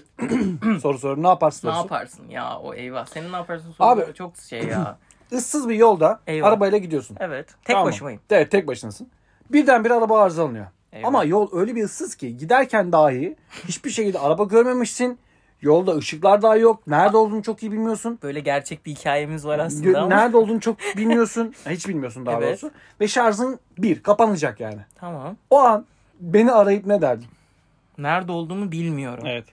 Speaker 1: soru soruyorum. Ne yaparsın?
Speaker 2: Ne
Speaker 1: sorusu?
Speaker 2: yaparsın ya o eyvah. Senin ne yaparsın
Speaker 1: Abi-
Speaker 2: sorusu çok şey ya.
Speaker 1: Issız bir yolda
Speaker 2: Eyvah.
Speaker 1: arabayla gidiyorsun.
Speaker 2: Evet. Tek
Speaker 1: Tamam mı?
Speaker 2: başımayım.
Speaker 1: Evet tek başınasın. Birden bir araba arızalanıyor.
Speaker 2: Eyvah.
Speaker 1: Ama yol öyle bir ıssız ki giderken dahi hiçbir şekilde araba görmemişsin. Yolda ışıklar daha yok. Nerede olduğunu çok iyi bilmiyorsun.
Speaker 2: Böyle gerçek bir hikayemiz var aslında
Speaker 1: Gö-
Speaker 2: ama.
Speaker 1: Nerede olduğunu çok bilmiyorsun. Hiç bilmiyorsun daha
Speaker 2: Evet.
Speaker 1: doğrusu. Ve şarjın bir kapanacak yani.
Speaker 2: Tamam.
Speaker 1: O an beni arayıp ne derdin?
Speaker 2: Nerede olduğumu bilmiyorum.
Speaker 1: Evet.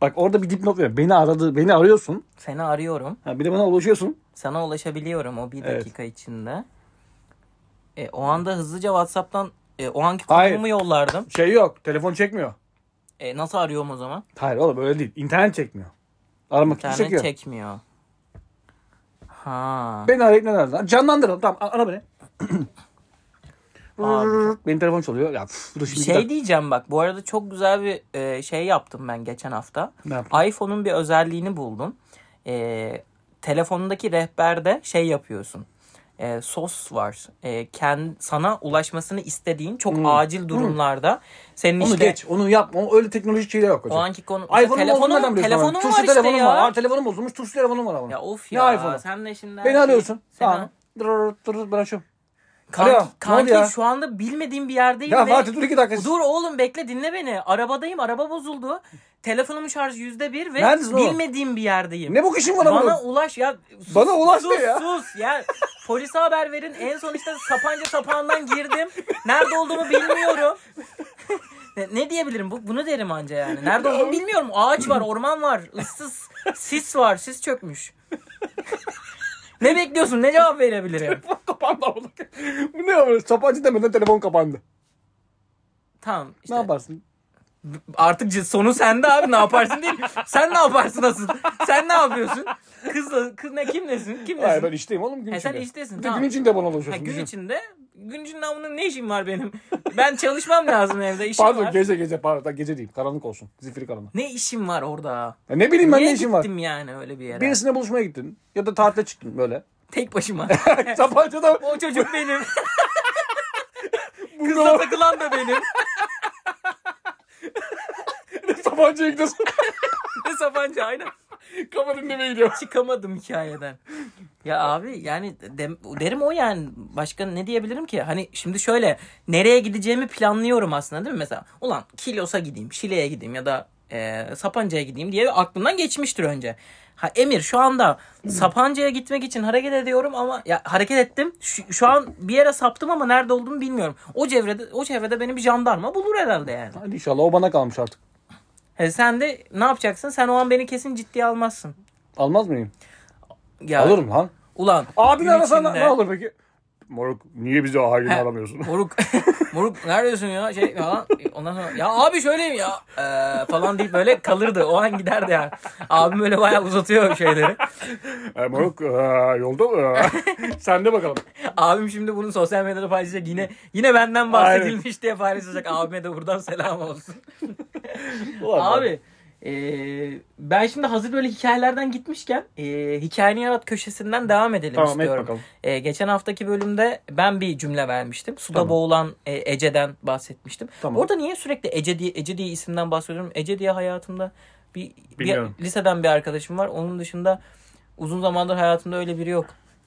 Speaker 1: Bak orada bir dipnot var. Beni aradı, beni arıyorsun.
Speaker 2: Seni arıyorum.
Speaker 1: Ha, bir de bana ulaşıyorsun.
Speaker 2: Sana ulaşabiliyorum o bir
Speaker 1: Evet.
Speaker 2: dakika içinde. E, o anda hızlıca WhatsApp'tan e, o anki
Speaker 1: Hayır.
Speaker 2: konumu yollardım.
Speaker 1: Şey yok. Telefon çekmiyor.
Speaker 2: E, nasıl arıyorum o zaman?
Speaker 1: Hayır oğlum öyle değil. İnternet çekmiyor. Arama kilidi
Speaker 2: İnternet
Speaker 1: çekiyor.
Speaker 2: çekmiyor. Ha.
Speaker 1: Beni arayıp ne derdin? Canlandıralım. Tamam a- ara beni.
Speaker 2: Abi.
Speaker 1: Benim telefon çalıyor. Ya üf, bu da şimdi
Speaker 2: Bir
Speaker 1: bir
Speaker 2: şey
Speaker 1: dakika.
Speaker 2: diyeceğim bak bu arada çok güzel bir e, şey yaptım ben geçen hafta.
Speaker 1: Ne yaptın?
Speaker 2: iPhone'un bir özelliğini buldum. E, telefonundaki rehberde şey yapıyorsun. E, sos var. E, kend, sana ulaşmasını istediğin çok acil durumlarda senin
Speaker 1: Hmm. Onu
Speaker 2: işte
Speaker 1: geç. Onu yapma. O, öyle teknolojik şeyler yok
Speaker 2: o
Speaker 1: hocam.
Speaker 2: anki konu
Speaker 1: iPhone'um olduğunu nereden
Speaker 2: telefonum,
Speaker 1: biliyorsun?
Speaker 2: telefonum
Speaker 1: Tuşlu
Speaker 2: var işte
Speaker 1: telefonum
Speaker 2: ya.
Speaker 1: var. Aa, telefonum bozulmuş. Tuşlu telefonum var ama.
Speaker 2: Ya of
Speaker 1: Ne
Speaker 2: ya.
Speaker 1: iPhone'u?
Speaker 2: Sen de şimdi her
Speaker 1: Beni
Speaker 2: şeyi-
Speaker 1: arıyorsun.
Speaker 2: Sen
Speaker 1: Tamam.
Speaker 2: ha-
Speaker 1: Dur dur dur açıyorum. Alo, ne
Speaker 2: Kanki,
Speaker 1: oldu
Speaker 2: kanki
Speaker 1: ya?
Speaker 2: şu anda bilmediğim bir yerdeyim
Speaker 1: Ya
Speaker 2: ve-
Speaker 1: Fatih dur iki dakika.
Speaker 2: Dur oğlum bekle dinle beni. Arabadayım araba bozuldu. Telefonumun şarjı yüzde bir ve
Speaker 1: Neredesin oğlum?
Speaker 2: bilmediğim bir yerdeyim.
Speaker 1: Ne bu kişim var
Speaker 2: Bana
Speaker 1: ama?
Speaker 2: ulaş ya. Sus,
Speaker 1: Bana ulaş
Speaker 2: sus,
Speaker 1: ne ya?
Speaker 2: Sus ya. Polise haber verin. En son işte Sapanca sapağından girdim. Nerede olduğumu bilmiyorum. ne, ne diyebilirim? Bu, bunu derim anca yani. Nerede olduğumu bilmiyorum. Ağaç var, orman var, ıssız, sis var, sis çökmüş. ne bekliyorsun? Ne cevap verebilirim?
Speaker 1: kapandı ama. Bu ne ama? Sapancı demeden telefon kapandı.
Speaker 2: Tamam.
Speaker 1: Ne yaparsın?
Speaker 2: artık c- sonu sende abi ne yaparsın değil. Sen ne yaparsın asıl? Sen ne yapıyorsun? Kızla kız ne kimlesin? Kimlesin?
Speaker 1: Hayır ben işteyim oğlum gün
Speaker 2: Ha, sen
Speaker 1: içinde.
Speaker 2: iştesin,
Speaker 1: Bir de
Speaker 2: tamam.
Speaker 1: gün içinde bana
Speaker 2: Ha,
Speaker 1: ulaşıyorsun.
Speaker 2: gün
Speaker 1: düşün.
Speaker 2: içinde Güncün namının ne işim var benim? Ben çalışmam lazım evde. işim
Speaker 1: Pardon
Speaker 2: şey var.
Speaker 1: gece gece pardon gece diyeyim karanlık olsun. Zifiri karanlık.
Speaker 2: Ne işim var orada?
Speaker 1: Ya ne bileyim ben
Speaker 2: Niye
Speaker 1: ne işim var.
Speaker 2: gittim yani öyle bir yere?
Speaker 1: Birisine buluşmaya gittin ya da tatile çıktın böyle.
Speaker 2: Tek başıma.
Speaker 1: Sabancı'da
Speaker 2: o çocuk benim. Kızla
Speaker 1: burada
Speaker 2: takılan da benim.
Speaker 1: Sabancı'ya gidiyorsun.
Speaker 2: Ne Sabancı aynen.
Speaker 1: Kafa dinlemeye gidiyor.
Speaker 2: Çıkamadım hikayeden. Ya abi yani dem- derim o yani. Başka ne diyebilirim ki? Hani şimdi şöyle nereye gideceğimi planlıyorum aslında değil mi? Mesela ulan Kilyos'a gideyim, Şile'ye gideyim ya da e, Sapanca'ya gideyim diye aklımdan geçmiştir önce. Ha Emir şu anda Sapanca'ya gitmek için hareket ediyorum ama ya hareket ettim. Şu, şu an bir yere saptım ama nerede olduğumu bilmiyorum. O çevrede o çevrede beni bir jandarma bulur herhalde yani.
Speaker 1: Hadi inşallah o bana kalmış artık.
Speaker 2: He, sen de ne yapacaksın? Sen o an beni kesin ciddiye almazsın.
Speaker 1: Almaz mıyım?
Speaker 2: Ya,
Speaker 1: Alırım lan.
Speaker 2: Ulan. gün
Speaker 1: Abini arasana
Speaker 2: içinde-
Speaker 1: ne olur peki? Moruk niye bizi aileni aramıyorsun?
Speaker 2: Moruk, moruk neredesin ya? Şey falan. Ondan sonra ya abi şöyleyim ya Ee, falan deyip böyle kalırdı. O an giderdi ya. Abim böyle bayağı uzatıyor şeyleri.
Speaker 1: e, moruk e, yolda mı? Sen de bakalım.
Speaker 2: Abim şimdi bunu sosyal medyada paylaşacak. Yine yine benden bahsedilmiş diye paylaşacak. Abime de buradan selam olsun.
Speaker 1: Ulan
Speaker 2: Abi ee, ben şimdi hazır böyle hikayelerden gitmişken ee, hikayeni yarat köşesinden devam edelim
Speaker 1: Tamam et
Speaker 2: istiyorum.
Speaker 1: bakalım.
Speaker 2: Ee, geçen haftaki bölümde ben bir cümle vermiştim. Suda
Speaker 1: Tamam.
Speaker 2: boğulan e, Ece'den bahsetmiştim.
Speaker 1: Tamam.
Speaker 2: Orada niye sürekli Ece diye Ece diye isimden bahsediyorum? Ece diye hayatımda bir, bir
Speaker 1: Bilmiyorum.
Speaker 2: liseden bir arkadaşım var. Onun dışında uzun zamandır hayatımda öyle biri yok.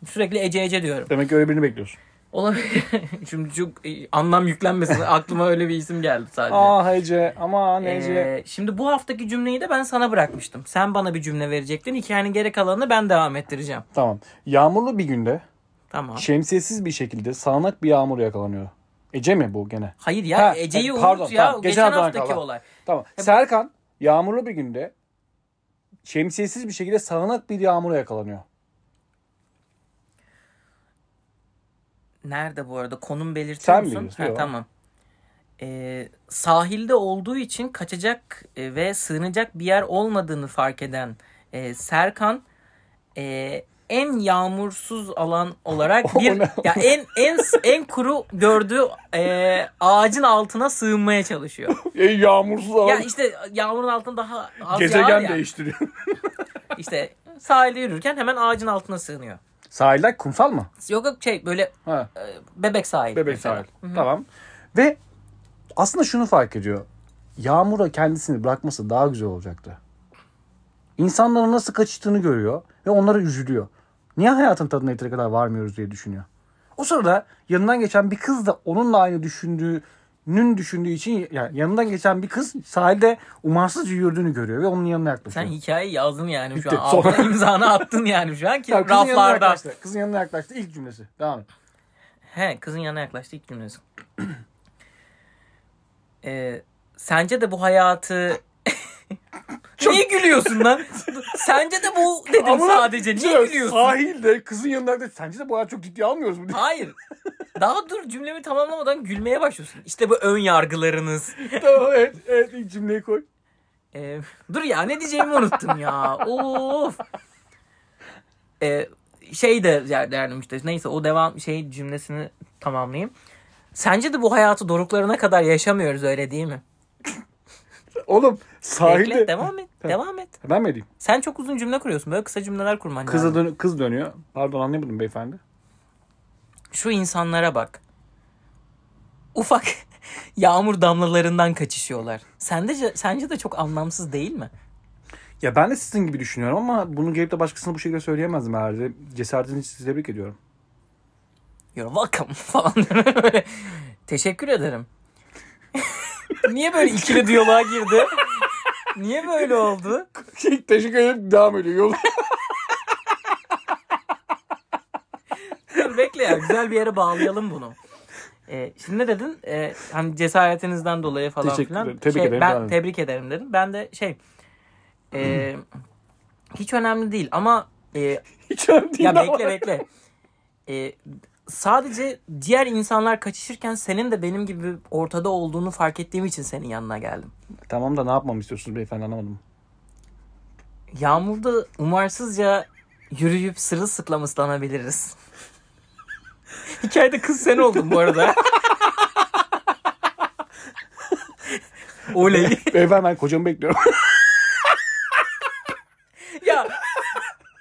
Speaker 2: Sürekli Ece Ece diyorum.
Speaker 1: Demek ki öyle birini bekliyorsun.
Speaker 2: Olabilir. Şimdi çok e, anlam yüklenmesin. Aklıma öyle bir isim geldi sadece.
Speaker 1: Ah Ece aman Ece.
Speaker 2: Ee, şimdi bu haftaki cümleyi de ben sana bırakmıştım. Sen bana bir cümle verecektin. Hikayenin geri kalanını ben devam ettireceğim.
Speaker 1: Tamam. Yağmurlu bir günde
Speaker 2: Tamam.
Speaker 1: Şey- şemsiyesiz bir şekilde sağanak bir yağmur yakalanıyor. Ece mi bu gene?
Speaker 2: Hayır ya
Speaker 1: Ha,
Speaker 2: Ece'yi
Speaker 1: e,
Speaker 2: unut
Speaker 1: pardon,
Speaker 2: ya.
Speaker 1: tamam.
Speaker 2: Geçen,
Speaker 1: Geçen haftadan
Speaker 2: haftaki
Speaker 1: kalan.
Speaker 2: olay.
Speaker 1: Tamam. Serkan yağmurlu bir günde şemsiyesiz bir şekilde sağanak bir yağmura yakalanıyor.
Speaker 2: Nerede bu arada? Konum belirtiyor
Speaker 1: Sen
Speaker 2: musun?
Speaker 1: biliyorsun,
Speaker 2: Ha,
Speaker 1: yok.
Speaker 2: tamam. Ee, sahilde olduğu için kaçacak e, ve sığınacak bir yer olmadığını fark eden e, Serkan e, en yağmursuz alan olarak
Speaker 1: O
Speaker 2: bir
Speaker 1: ne?
Speaker 2: ya en en en kuru gördüğü e, ağacın altına sığınmaya çalışıyor.
Speaker 1: Ey yağmursuz adam.
Speaker 2: ya işte yağmurun altında daha az yağar
Speaker 1: Gezegen
Speaker 2: ya.
Speaker 1: değiştiriyor.
Speaker 2: İşte sahilde yürürken hemen ağacın altına sığınıyor.
Speaker 1: Sahiller kumsal mı?
Speaker 2: Yok yok şey böyle
Speaker 1: Ha.
Speaker 2: e, bebek sahili.
Speaker 1: Bebek
Speaker 2: mesela.
Speaker 1: sahil. Tamam. Ve aslında şunu fark ediyor. Yağmura kendisini bırakması daha güzel olacaktı. İnsanların nasıl kaçtığını görüyor ve onlara üzülüyor. Niye hayatın tadına yeteri kadar varmıyoruz diye düşünüyor. O sırada yanından geçen bir kız da onunla aynı düşündüğünün düşündüğü için yani yanından geçen bir kız sahilde umarsızca yürüdüğünü görüyor ve onun yanına yaklaşıyor.
Speaker 2: Sen hikayeyi yazdın yani şu
Speaker 1: Bitti.
Speaker 2: an.
Speaker 1: Sonra-
Speaker 2: Altına imzanı attın yani şu an ki
Speaker 1: Ya kızın yanına
Speaker 2: raflarda.
Speaker 1: yaklaştı. Kızın yanına yaklaştı. İlk cümlesi. Devam et.
Speaker 2: He kızın yanına yaklaştı ilk cümlesi. Ee, sence de bu hayatı... Niye gülüyorsun lan? Sence de bu dedim sadece. Niye gülüyorsun?
Speaker 1: Sahilde kızın yanına yaklaştı. Sence de bu hayatı çok ciddiye almıyoruz mu?
Speaker 2: Hayır. Daha dur cümlemi tamamlamadan gülmeye başlıyorsun. İşte bu ön yargılarınız.
Speaker 1: tamam evet, evet ilk cümleyi koy.
Speaker 2: Ee, dur ya ne diyeceğimi unuttum ya. Of. Ee, şey de der- derdim işte neyse o devam şey cümlesini tamamlayayım. Sence de bu hayatı doruklarına kadar yaşamıyoruz öyle değil mi?
Speaker 1: Oğlum sahilde...
Speaker 2: Bekle devam et. Devam et.
Speaker 1: Ben mi edeyim?
Speaker 2: Sen çok uzun cümle kuruyorsun. Böyle kısa cümleler kurman lazım.
Speaker 1: Kıza dön- kız dönüyor. Pardon anlayamadım beyefendi.
Speaker 2: Şu insanlara bak. Ufak yağmur damlalarından kaçışıyorlar. Sence, sence de çok anlamsız değil mi?
Speaker 1: Ya ben de sizin gibi düşünüyorum ama bunu gelip de başkasına bu şekilde söyleyemezdim herhalde. Cesaretiniz için sizi tebrik ediyorum.
Speaker 2: You're welcome falan böyle. Teşekkür ederim. Niye böyle ikili diyaloğa girdi? Niye böyle oldu?
Speaker 1: Şey, teşekkür ederim devam ediyor. Yol...
Speaker 2: Dur bekle ya güzel bir yere bağlayalım bunu. Ee, şimdi ne dedin? Ee, hani cesaretinizden dolayı falan
Speaker 1: Teşekkür
Speaker 2: filan.
Speaker 1: ederim. Tebrik
Speaker 2: Şey,
Speaker 1: ederim.
Speaker 2: Ben
Speaker 1: Devam edin.
Speaker 2: tebrik ederim dedim. Ben de şey e, hiç önemli değil ama e,
Speaker 1: Hiç önemli değil
Speaker 2: Ya
Speaker 1: ama.
Speaker 2: bekle bekle. Ee, sadece diğer insanlar kaçışırken senin de benim gibi ortada olduğunu fark ettiğim için senin yanına geldim.
Speaker 1: Tamam da ne yapmamı istiyorsunuz beyefendi anlamadım.
Speaker 2: Yağmurda umarsızca yürüyüp sırılsıklam ıslanabiliriz. Hikayede kız sen oldun bu arada. Oley.
Speaker 1: Beyefendi ben kocamı bekliyorum.
Speaker 2: ya.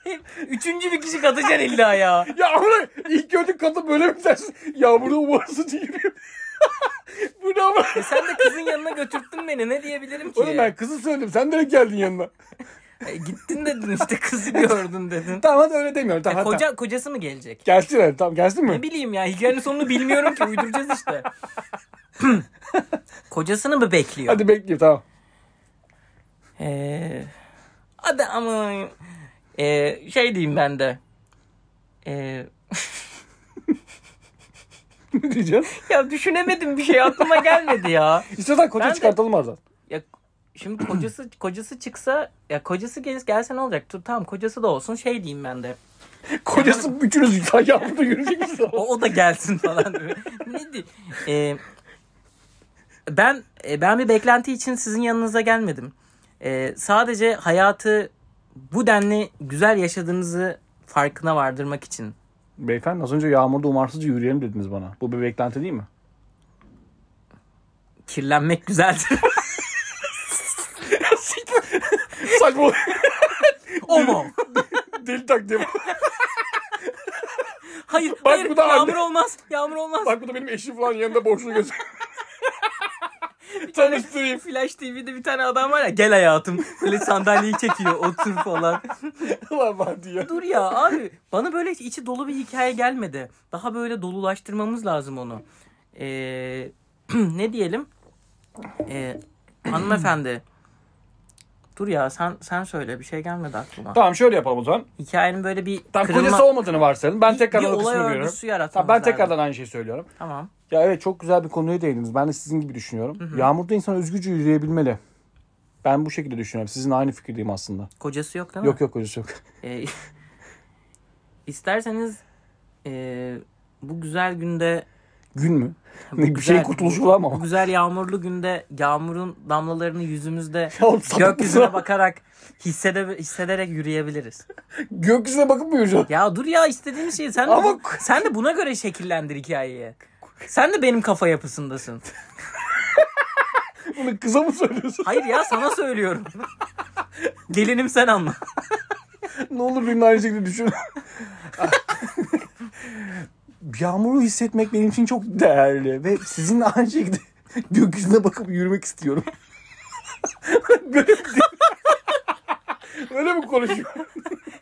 Speaker 2: hep Üçüncü bir kişi katacaksın illa ya.
Speaker 1: ya amına ilk gördük kadın böyle mi dersin? Yağmurda umarsı değilim. Bu ne ama?
Speaker 2: E sen de kızın yanına götürttün beni. Ne diyebilirim ki?
Speaker 1: Oğlum ben kızı söyledim. Sen direkt geldin yanına.
Speaker 2: E, gittin dedin işte kızı gördün dedin.
Speaker 1: Tamam hadi öyle demiyorum. Tamam,
Speaker 2: E,
Speaker 1: hadi,
Speaker 2: koca, kocası mı gelecek?
Speaker 1: tamam. Gelsin hadi tamam gelsin mi?
Speaker 2: Ne bileyim ya hikayenin sonunu bilmiyorum ki uyduracağız işte. Kocasını mı bekliyor?
Speaker 1: Hadi bekliyorum tamam.
Speaker 2: Ee, hadi ama ee, şey diyeyim ben de. Ee,
Speaker 1: ne diyeceğiz?
Speaker 2: ya düşünemedim bir şey aklıma gelmedi ya.
Speaker 1: İstiyorsan koca
Speaker 2: Ben de-
Speaker 1: çıkartalım oradan.
Speaker 2: Ya şimdi kocası kocası çıksa ya kocası gel, gelse ne olacak? Dur, tamam kocası da olsun şey diyeyim ben de.
Speaker 1: Kocası üçünüz yağmurda yürüyeceksiniz.
Speaker 2: O, o da gelsin falan. ne di- Ee, ben e, ben bir beklenti için sizin yanınıza gelmedim. Ee, sadece hayatı bu denli güzel yaşadığınızı farkına vardırmak için
Speaker 1: Beyefendi az önce yağmurda umarsızca yürüyelim dediniz bana. Bu bir beklenti değil mi?
Speaker 2: kirlenmek güzeldir.
Speaker 1: Saçma.
Speaker 2: o mu?
Speaker 1: Deli taktiği.
Speaker 2: Hayır,
Speaker 1: Bak
Speaker 2: hayır.
Speaker 1: bu da
Speaker 2: yağmur
Speaker 1: anne.
Speaker 2: olmaz. Yağmur olmaz.
Speaker 1: Bak bu da benim eşim falan yanında boşluğu gözü. Tanıştırayım.
Speaker 2: Flash TV'de bir tane adam var ya gel hayatım. Böyle sandalyeyi çekiyor otur falan.
Speaker 1: Ulan var diyor.
Speaker 2: Dur ya abi bana böyle içi dolu bir hikaye gelmedi. Daha böyle dolulaştırmamız lazım onu. Ee, ne diyelim? Ee, hanımefendi. Dur ya sen sen söyle bir şey gelmedi aklıma.
Speaker 1: Tamam şöyle yapalım o zaman.
Speaker 2: Hikayenin böyle bir
Speaker 1: Tamam
Speaker 2: kırılma-
Speaker 1: kocası olmadığını varsayalım. Ben
Speaker 2: bir
Speaker 1: tekrardan o
Speaker 2: olay
Speaker 1: kısmı görüyorum.
Speaker 2: örgüsü yaratmamız
Speaker 1: Tamam, ben
Speaker 2: lazım.
Speaker 1: tekrardan aynı şeyi söylüyorum.
Speaker 2: Tamam.
Speaker 1: Ya evet çok güzel bir konuya değindiniz. Ben de sizin gibi düşünüyorum. Yağmurda insan özgürce yürüyebilmeli. Ben bu şekilde düşünüyorum. Sizin aynı fikirdeyim aslında.
Speaker 2: Kocası yok değil mi?
Speaker 1: Yok yok kocası yok.
Speaker 2: E, isterseniz e, bu güzel günde
Speaker 1: Gün mü?
Speaker 2: bu
Speaker 1: Ne, bir
Speaker 2: güzel-
Speaker 1: şey kurtuluşu var mı?
Speaker 2: bu güzel yağmurlu günde yağmurun damlalarını yüzümüzde
Speaker 1: Ya oğlum sapık
Speaker 2: gökyüzüne
Speaker 1: mısın?
Speaker 2: bakarak hissede, hissederek yürüyebiliriz.
Speaker 1: Gökyüzüne bakıp mı yürüyeceğim?
Speaker 2: Ya dur ya istediğin şeyi sen de,
Speaker 1: Ama-
Speaker 2: sen de buna göre şekillendir hikayeyi. Sen de benim kafa yapısındasın.
Speaker 1: Bunu kıza mı söylüyorsun?
Speaker 2: Hayır ya sana söylüyorum. Gelinim sen anla.
Speaker 1: ne olur benimle aynı şekilde düşün. Yağmuru hissetmek benim için çok değerli ve sizinle aynı şekilde gökyüzüne bakıp yürümek istiyorum. Böyle mi diyor? Böyle mi konuşuyor?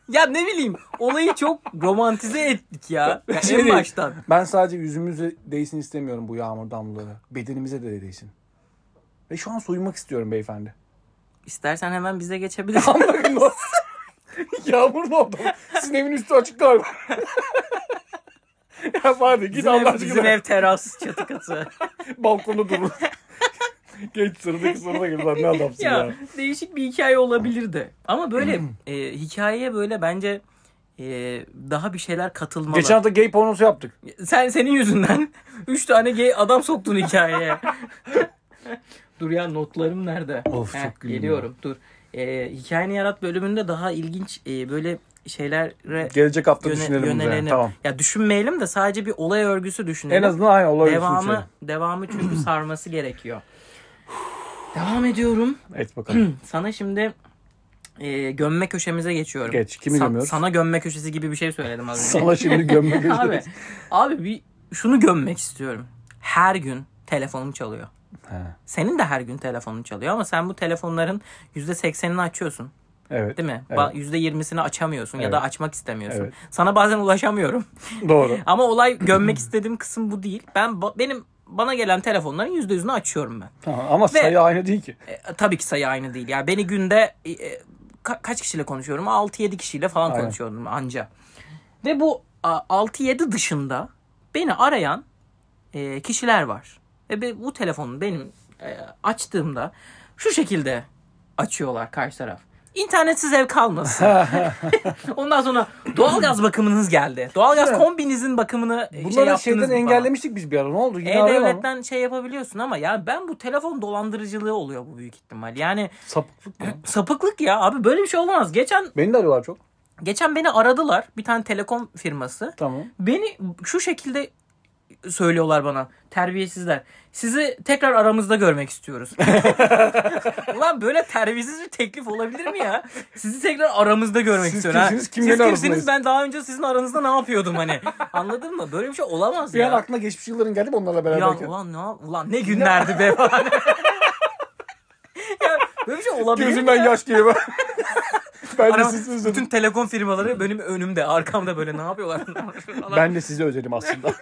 Speaker 2: Ya ne bileyim olayı çok romantize ettik ya. ya
Speaker 1: Şey
Speaker 2: en
Speaker 1: değil,
Speaker 2: baştan.
Speaker 1: Ben sadece yüzümüze değsin istemiyorum bu yağmur damlaları. Bedenimize de değsin. Ve şu an soyunmak istiyorum beyefendi.
Speaker 2: İstersen hemen bize geçebilirsin.
Speaker 1: Bakın o- Yağmur ne oldu? Sizin evin üstü açık galiba. ya hadi git
Speaker 2: Bizim,
Speaker 1: Allah
Speaker 2: ev, bizim
Speaker 1: aşkına.
Speaker 2: ev teras çatı katı.
Speaker 1: Balkonda durun. Geç sıradaki sırada gel lan ne adamsın ya.
Speaker 2: ya değişik bir hikaye olabilirdi. Ama böyle e, hikayeye böyle bence e, daha bir şeyler katılmalı.
Speaker 1: Geçen hafta gay pornosu yaptık.
Speaker 2: Sen senin yüzünden 3 tane gay adam soktun hikayeye. dur ya notlarım nerede?
Speaker 1: Of, çok güldüm
Speaker 2: Geliyorum dur. E, hikayeni yarat bölümünde daha ilginç e, böyle şeylere
Speaker 1: Gelecek hafta
Speaker 2: E, yöne-
Speaker 1: düşünelim bunu.
Speaker 2: yönelelim.
Speaker 1: yani. Tamam.
Speaker 2: Ya düşünmeyelim de sadece bir olay örgüsü
Speaker 1: En
Speaker 2: düşünelim.
Speaker 1: azından aynı olay
Speaker 2: devamı devamı çünkü sarması gerekiyor. Devam ediyorum.
Speaker 1: Et bakalım.
Speaker 2: Sana şimdi e, gömme köşemize geçiyorum.
Speaker 1: Geç. Kimi
Speaker 2: Sa-
Speaker 1: gömüyoruz?
Speaker 2: Sana gömme köşesi gibi bir şey söyledim az önce.
Speaker 1: Sana şey şimdi gömmek
Speaker 2: abi,
Speaker 1: istiyorum.
Speaker 2: abi bir şunu gömmek istiyorum. Her gün telefonum çalıyor.
Speaker 1: Ha,
Speaker 2: Senin de her gün telefonun çalıyor ama sen bu telefonların %80'ini açıyorsun
Speaker 1: Evet.
Speaker 2: değil mi?
Speaker 1: Evet.
Speaker 2: Ba- %20'sini açamıyorsun ya da
Speaker 1: Evet.
Speaker 2: açmak istemiyorsun.
Speaker 1: Evet.
Speaker 2: Sana bazen ulaşamıyorum.
Speaker 1: Doğru.
Speaker 2: Ama olay gömmek istediğim kısım bu değil. Ben ba- benim bana gelen telefonların %100'ünü açıyorum ben.
Speaker 1: Tamam, Ama sayı aynı değil ki.
Speaker 2: E, tabii ki sayı aynı değil. Yani beni günde e, e, ka- kaç kişiyle konuşuyorum? 6-7 kişiyle falan
Speaker 1: Aynen.
Speaker 2: konuşuyordum anca. Ve bu a, 6-7 dışında beni arayan e, kişiler var. Ve be- bu telefonu benim e, açtığımda şu şekilde açıyorlar karşı taraf. İnternetsiz ev kalmasın. Ondan sonra doğalgaz bakımınız geldi. Doğalgaz kombinizin bakımını e, şey
Speaker 1: Bunları
Speaker 2: yaptınız
Speaker 1: şeyden
Speaker 2: mı falan.
Speaker 1: engellemiştik biz bir ara. Ne oldu? Yine arayalım.
Speaker 2: E-Devlet'ten şey yapabiliyorsun ama ya ben bu telefon dolandırıcılığı oluyor bu büyük ihtimal. Yani
Speaker 1: Sapıklık mı?
Speaker 2: sapıklık ya abi böyle bir şey olamaz. Geçen
Speaker 1: Beni de arıyorlar çok.
Speaker 2: geçen beni aradılar bir tane telekom firması.
Speaker 1: Tamam.
Speaker 2: Beni şu şekilde söylüyorlar bana. Terbiyesizler. Sizi tekrar aramızda görmek istiyoruz. Ulan böyle terbiyesiz bir teklif olabilir mi ya? Sizi tekrar aramızda görmek
Speaker 1: Siz
Speaker 2: istiyorum.
Speaker 1: kimsiniz,
Speaker 2: ha.
Speaker 1: kim
Speaker 2: Siz
Speaker 1: beni
Speaker 2: kimsiniz?
Speaker 1: aramızdayız?
Speaker 2: Ben daha önce sizin aranızda ne yapıyordum hani? Anladın mı? Böyle bir şey olamaz
Speaker 1: Bir an
Speaker 2: ya.
Speaker 1: aklına geçmiş yılların geldi mi onlarla
Speaker 2: Bir an,
Speaker 1: beraberken?
Speaker 2: ulan ne yap- ulan ne günlerdi be falan. ya böyle bir şey olabilir mi
Speaker 1: Gözümden
Speaker 2: ya?
Speaker 1: yaş geliyor. ben de
Speaker 2: Arama-
Speaker 1: sizi
Speaker 2: bütün
Speaker 1: özledim.
Speaker 2: telekom firmaları benim önümde, arkamda böyle ne yapıyorlar? ben...
Speaker 1: Ben de sizi özledim aslında.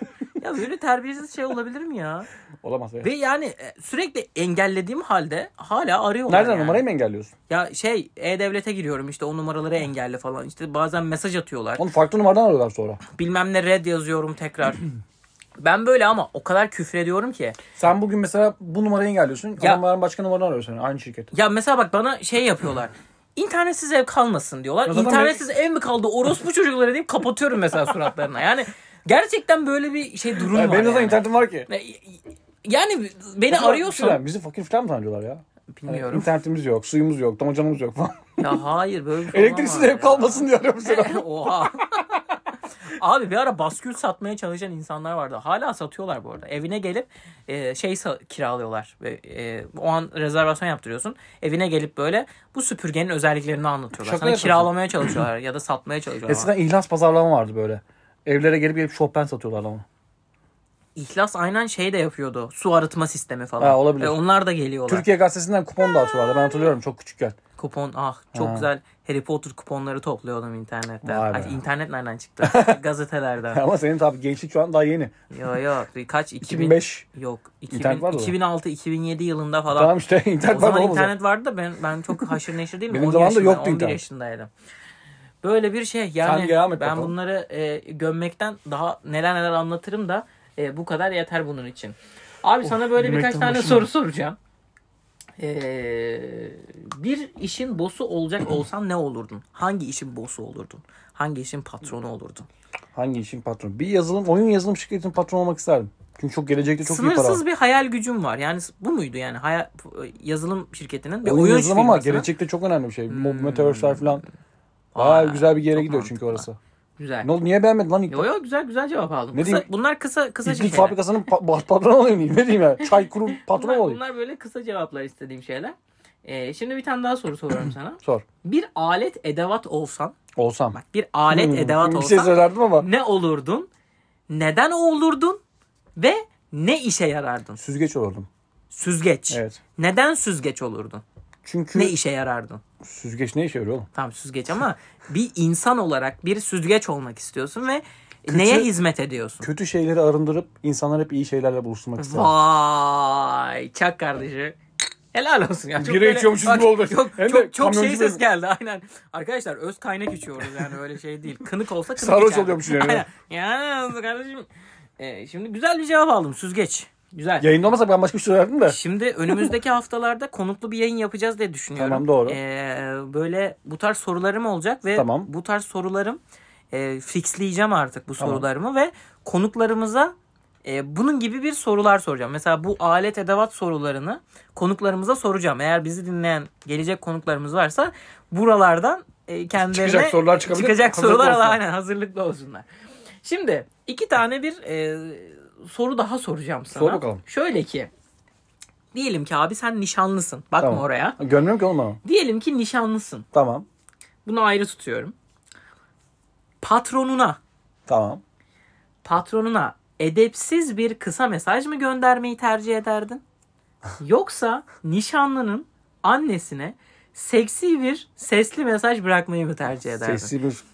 Speaker 2: Ya böyle terbiyesiz şey olabilir mi ya?
Speaker 1: Olamaz. ya.
Speaker 2: Ve yani e, sürekli engellediğim halde hala arıyorlar.
Speaker 1: Nereden
Speaker 2: yani.
Speaker 1: numarayı mı engelliyorsun?
Speaker 2: Ya şey E-Devlet'e giriyorum işte o numaraları engelle falan. İşte bazen mesaj atıyorlar.
Speaker 1: Onu farklı numaradan arıyorlar sonra.
Speaker 2: Bilmem ne red yazıyorum tekrar. ben böyle ama o kadar küfür ediyorum ki.
Speaker 1: Sen bugün mesela bu numarayı engelliyorsun.
Speaker 2: Ya-
Speaker 1: Adamların başka numaradan arıyor seni. Aynı şirket.
Speaker 2: Ya mesela bak bana şey yapıyorlar. İnternetsiz ev kalmasın diyorlar.
Speaker 1: O zaman
Speaker 2: İnternetsiz ev mi kaldı orospu çocukları deyip kapatıyorum mesela suratlarına. Yani gerçekten böyle bir şey durum
Speaker 1: Ya
Speaker 2: var.
Speaker 1: benim zaten
Speaker 2: yani.
Speaker 1: internetim var ki.
Speaker 2: Ne- Yani beni
Speaker 1: Filan,
Speaker 2: arıyorsun.
Speaker 1: Bizi fakir falan mı sanıyorlar ya? Hani
Speaker 2: Bilmiyorum.
Speaker 1: internetimiz yok, suyumuz yok, damacanımız yok falan.
Speaker 2: ya hayır böyle bir şey
Speaker 1: Elektriksiz
Speaker 2: olamaz ya.
Speaker 1: ev kalmasın diye arıyorum seni.
Speaker 2: Oha. Abi bir ara baskül satmaya çalışan insanlar vardı. Hala satıyorlar bu arada. Evine gelip e, şey sa- kiralıyorlar. Ve, e, o an rezervasyon yaptırıyorsun. Evine gelip böyle bu süpürgenin özelliklerini anlatıyorlar.
Speaker 1: Şaka
Speaker 2: Sana
Speaker 1: yapıyorsun.
Speaker 2: kiralamaya çalışıyorlar ya da satmaya çalışıyorlar.
Speaker 1: Eskiden ihlas pazarlama vardı böyle. Evlere gelip gelip şofben satıyorlar ama.
Speaker 2: İhlas aynen şey de yapıyordu. Su arıtma sistemi falan.
Speaker 1: Ha, olabilir.
Speaker 2: E, onlar da geliyorlar.
Speaker 1: Türkiye gazetesinden kupon dağıtıyorlardı. Ben hatırlıyorum çok küçükken.
Speaker 2: Kupon ah çok
Speaker 1: Ha.
Speaker 2: güzel Harry Potter kuponları topluyordum internetten.
Speaker 1: Vay be.
Speaker 2: Ay, internet nereden çıktı? Gazetelerden.
Speaker 1: Ama senin tabii gençlik şu an daha yeni.
Speaker 2: yo yo kaç 2000
Speaker 1: 2005.
Speaker 2: Yok. 2000,
Speaker 1: İnternet vardı mı?
Speaker 2: 2006 2007 yılında falan.
Speaker 1: Tamam işte
Speaker 2: o
Speaker 1: internet var
Speaker 2: zaman
Speaker 1: oğlum. o zaman.
Speaker 2: internet vardı da ben ben çok haşır neşir değilim.
Speaker 1: Benim
Speaker 2: 10
Speaker 1: zamanımda
Speaker 2: yaşında-
Speaker 1: yoktu
Speaker 2: 11
Speaker 1: internet.
Speaker 2: yaşındaydım. Böyle bir şey yani
Speaker 1: Sen devam et
Speaker 2: ben
Speaker 1: bakalım.
Speaker 2: bunları e, gömmekten daha neler neler anlatırım da e, bu kadar yeter bunun için. Abi sana böyle birkaç
Speaker 1: gülmekten
Speaker 2: tane
Speaker 1: başım
Speaker 2: soru soracağım. Ee, bir işin bosu olacak olsan ne olurdun? Hangi işin bosu olurdun? Hangi işin patronu olurdun?
Speaker 1: Hangi işin patronu? Bir yazılım, oyun yazılım şirketinin patronu olmak isterdim. Çünkü çok gelecekte çok iyi para var.
Speaker 2: Sınırsız bir hayal gücüm var. Yani bu muydu yani hayal, yazılım şirketinin bir
Speaker 1: Oyun,
Speaker 2: oyun
Speaker 1: yazılım ama
Speaker 2: firmasının-
Speaker 1: gelecekte çok önemli bir şey. Hmm. Metaverse'ler falan.
Speaker 2: Aa,
Speaker 1: Aa, güzel bir yere
Speaker 2: çok
Speaker 1: gidiyor çünkü
Speaker 2: mantıklı.
Speaker 1: orası.
Speaker 2: Güzel.
Speaker 1: Ne oldu? Niye beğenmedin lan ilk?
Speaker 2: Yo yo güzel güzel cevap aldım.
Speaker 1: Ne
Speaker 2: Kısa-
Speaker 1: diyeyim?
Speaker 2: bunlar kısa kısa
Speaker 1: İplik
Speaker 2: şeyler.
Speaker 1: fabrikasının pa- patronu olayım. Ne diyeyim ya? Çay kuru patronu
Speaker 2: bunlar,
Speaker 1: olayım.
Speaker 2: bunlar böyle kısa cevaplar istediğim şeyler. Ee, şimdi bir tane daha soru soruyorum sana.
Speaker 1: Sor.
Speaker 2: Bir alet edevat olsan,
Speaker 1: Olsam.
Speaker 2: bak bir alet
Speaker 1: Hmm,
Speaker 2: edevat
Speaker 1: Bir şey
Speaker 2: olsan
Speaker 1: söylerdim ama.
Speaker 2: ne olurdun? Neden olurdun? Ve ne işe yarardın?
Speaker 1: Süzgeç olurdum.
Speaker 2: Süzgeç.
Speaker 1: Evet.
Speaker 2: Neden süzgeç olurdun?
Speaker 1: Çünkü
Speaker 2: Ne işe yarardın?
Speaker 1: süzgeç ne işe yarıyor oğlum?
Speaker 2: Tamam süzgeç ama bir insan olarak bir süzgeç olmak istiyorsun ve
Speaker 1: Kötü-
Speaker 2: neye hizmet ediyorsun?
Speaker 1: Kötü şeyleri arındırıp insanları hep iyi şeylerle buluşturmak isterim.
Speaker 2: Vay çak kardeşi. Helal olsun ya. Çok
Speaker 1: Bira
Speaker 2: böyle-
Speaker 1: içiyormuşuz
Speaker 2: bak,
Speaker 1: gibi oldu.
Speaker 2: Çok,
Speaker 1: Hem de
Speaker 2: çok, çok şey
Speaker 1: kamyoncu
Speaker 2: ses
Speaker 1: bölümü.
Speaker 2: geldi aynen. Arkadaşlar öz kaynak içiyoruz yani öyle şey değil. Kınık olsa kınık
Speaker 1: Sarhoş
Speaker 2: içerdim.
Speaker 1: oluyormuş yani.
Speaker 2: Aynen. Yani kardeşim. Ee, şimdi güzel bir cevap aldım süzgeç. Güzel.
Speaker 1: Yayında olmasak ben başka bir şey söylerdim de.
Speaker 2: Şimdi önümüzdeki haftalarda konuklu bir yayın yapacağız diye düşünüyorum.
Speaker 1: Tamam, doğru.
Speaker 2: Ee, böyle bu tarz sorularım olacak ve
Speaker 1: Tamam.
Speaker 2: bu tarz sorularım e, fixleyeceğim artık bu sorularımı ve konuklarımıza e, bunun gibi bir sorular soracağım. Mesela bu alet edevat sorularını konuklarımıza soracağım. Eğer bizi dinleyen gelecek konuklarımız varsa buralardan e, kendilerine
Speaker 1: Çıkacak sorular çıkabilir.
Speaker 2: çıkacak
Speaker 1: Hazırlıklı
Speaker 2: sorular
Speaker 1: olsunlar.
Speaker 2: aynen hazırlıklı olsunlar. Şimdi iki tane bir e, soru daha soracağım sana.
Speaker 1: Sor bakalım.
Speaker 2: Şöyle ki Diyelim ki abi sen nişanlısın. Bakma
Speaker 1: Tamam.
Speaker 2: oraya.
Speaker 1: Görmüyorum ki oğlum ama.
Speaker 2: Diyelim ki nişanlısın.
Speaker 1: Tamam.
Speaker 2: Bunu ayrı tutuyorum. Patronuna,
Speaker 1: Tamam.
Speaker 2: patronuna edepsiz bir kısa mesaj mı göndermeyi tercih ederdin? Yoksa nişanlının annesine seksi bir sesli mesaj bırakmayı mı tercih ederdin?
Speaker 1: Sesli bir...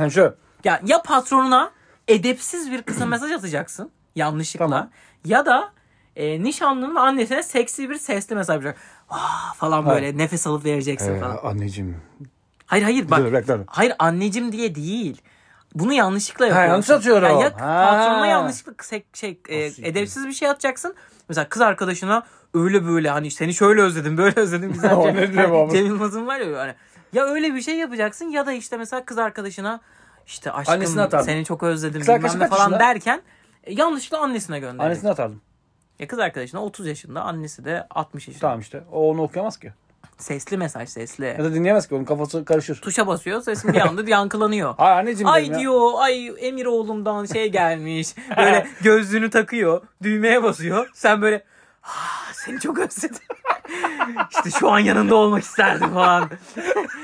Speaker 1: yani şöyle.
Speaker 2: Ya, ya patronuna edepsiz bir kısa mesaj atacaksın yanlışlıkla
Speaker 1: Tamam.
Speaker 2: ya da e, nişanlının annesine seksi bir sesli mesaj bırak. Vah falan böyle nefes alıp vereceksin
Speaker 1: Ee,
Speaker 2: falan.
Speaker 1: anneciğim.
Speaker 2: Hayır hayır
Speaker 1: Dur,
Speaker 2: bak.
Speaker 1: bırak, dur.
Speaker 2: Hayır anneciğim diye değil. Bunu yanlışlıkla yapıyorsun.
Speaker 1: yanlış atıyorum.
Speaker 2: Yani ya
Speaker 1: Ha.
Speaker 2: patronuna yanlışlıkla se- şey, e,
Speaker 1: siktir.
Speaker 2: edepsiz bir şey atacaksın. Mesela kız arkadaşına öyle böyle hani seni şöyle özledim böyle özledim güzel.
Speaker 1: O ne diyor baba?
Speaker 2: Cem Yılmaz'ın var ya hani. Ya öyle bir şey yapacaksın ya da işte mesela kız arkadaşına işte
Speaker 1: Annesine
Speaker 2: aşkım
Speaker 1: atardım.
Speaker 2: seni çok özledim
Speaker 1: Kız
Speaker 2: bilmem
Speaker 1: arkadaşın
Speaker 2: ne
Speaker 1: kaç
Speaker 2: falan
Speaker 1: yaşında?
Speaker 2: derken e, yanlışlıkla annesine gönderdik.
Speaker 1: Annesini atardım.
Speaker 2: Ya kız arkadaşına 30 yaşında annesi de 60 yaşında.
Speaker 1: Tamam işte. O onu okuyamaz ki.
Speaker 2: Sesli mesaj sesli.
Speaker 1: Ya da dinleyemez ki onun kafası karışır.
Speaker 2: Tuşa basıyor sesin bir anda yankılanıyor.
Speaker 1: Ay anneciğim dedim
Speaker 2: ay
Speaker 1: ya.
Speaker 2: diyor ay Emir oğlumdan şey gelmiş. Böyle gözlüğünü takıyor. Düğmeye basıyor. Sen böyle "Ah, seni çok özledim. işte şu an yanında olmak isterdim falan.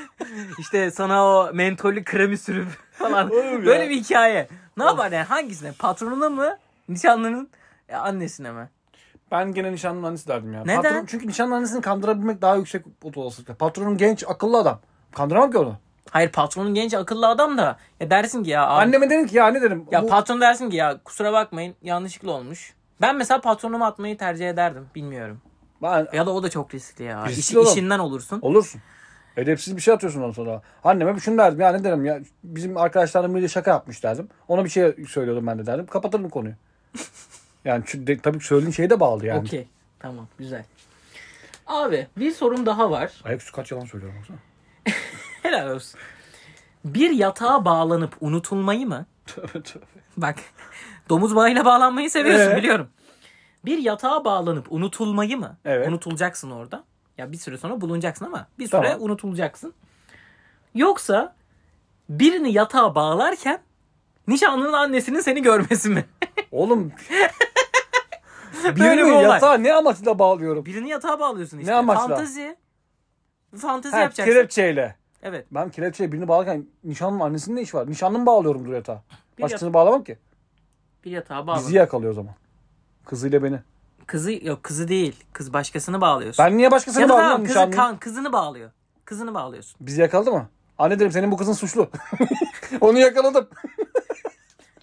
Speaker 2: işte sana o mentollü kremi sürüp falan.
Speaker 1: Oğlum ya.
Speaker 2: Böyle bir hikaye. Ne yapar yani hangisine? Patronuna mı? Nişanlının e, annesine mi?
Speaker 1: Ben gene nişanlının annesi derdim ya.
Speaker 2: Neden?
Speaker 1: Patron, çünkü nişanlının annesini kandırabilmek daha yüksek olasılıkla. Patronum genç, akıllı adam. Kandıramam ki onu.
Speaker 2: Hayır patronun genç akıllı adam da ya dersin ki ya abi,
Speaker 1: Anneme derim ki ya ne derim.
Speaker 2: ya
Speaker 1: bu-
Speaker 2: patron dersin ki ya kusura bakmayın yanlışlıkla olmuş. Ben mesela patronumu atmayı tercih ederdim. Bilmiyorum.
Speaker 1: ben,
Speaker 2: Ya da o da çok riskli ya.
Speaker 1: Riskli
Speaker 2: İş-
Speaker 1: oğlum.
Speaker 2: işinden olursun.
Speaker 1: olursun. Edepsiz bir şey atıyorsun ondan sonra. Anneme bir şunu derdim ya ne derim ya. Bizim arkadaşlarım biri şaka yapmış derdim. Ona bir şey söylüyordum ben de derdim. Kapatırdım konuyu. yani çünkü de, tabii ki söylediğin şeye de bağlı yani.
Speaker 2: Okey. Tamam güzel. Abi bir sorum daha var.
Speaker 1: Ayaküstü kaç yalan söylüyorum baksana.
Speaker 2: Helal olsun. Bir yatağa bağlanıp unutulmayı mı?
Speaker 1: Tövbe tövbe.
Speaker 2: Bak domuz bağıyla bağlanmayı seviyorsun
Speaker 1: Ee?
Speaker 2: biliyorum. Bir yatağa bağlanıp unutulmayı mı?
Speaker 1: Evet.
Speaker 2: Unutulacaksın orada. Ya bir süre sonra bulunacaksın ama bir süre
Speaker 1: Tamam.
Speaker 2: unutulacaksın. Yoksa birini yatağa bağlarken nişanlının annesinin seni görmesi mi?
Speaker 1: Oğlum.
Speaker 2: Böyle
Speaker 1: Böyle
Speaker 2: bir
Speaker 1: bir
Speaker 2: olay.
Speaker 1: yatağı ne amaçla bağlıyorum?
Speaker 2: Birini yatağa bağlıyorsun işte.
Speaker 1: amaçla?
Speaker 2: Fantezi. Fantezi
Speaker 1: Ha,
Speaker 2: yapacaksın.
Speaker 1: kelepçeyle.
Speaker 2: Evet.
Speaker 1: Ben kelepçeye birini bağlarken nişanlımın annesinin ne işi var? Nişanlımı bağlıyorum dur yatağa.
Speaker 2: Bir
Speaker 1: Başkasını bağlamam ki.
Speaker 2: Bir yatağa bağla.
Speaker 1: Bizi yakalıyor o zaman. Kızıyla beni.
Speaker 2: Kızı yok kızı değil. Kız başkasını bağlıyorsun.
Speaker 1: Ben niye
Speaker 2: ya
Speaker 1: başkasını
Speaker 2: da
Speaker 1: bağlıyorum
Speaker 2: tamam kızı,
Speaker 1: nişanlımı?
Speaker 2: kan, kızını bağlıyor. Kızını bağlıyorsun.
Speaker 1: Bizi yakaladı mı? Anne derim senin bu kızın suçlu. Onu yakaladım.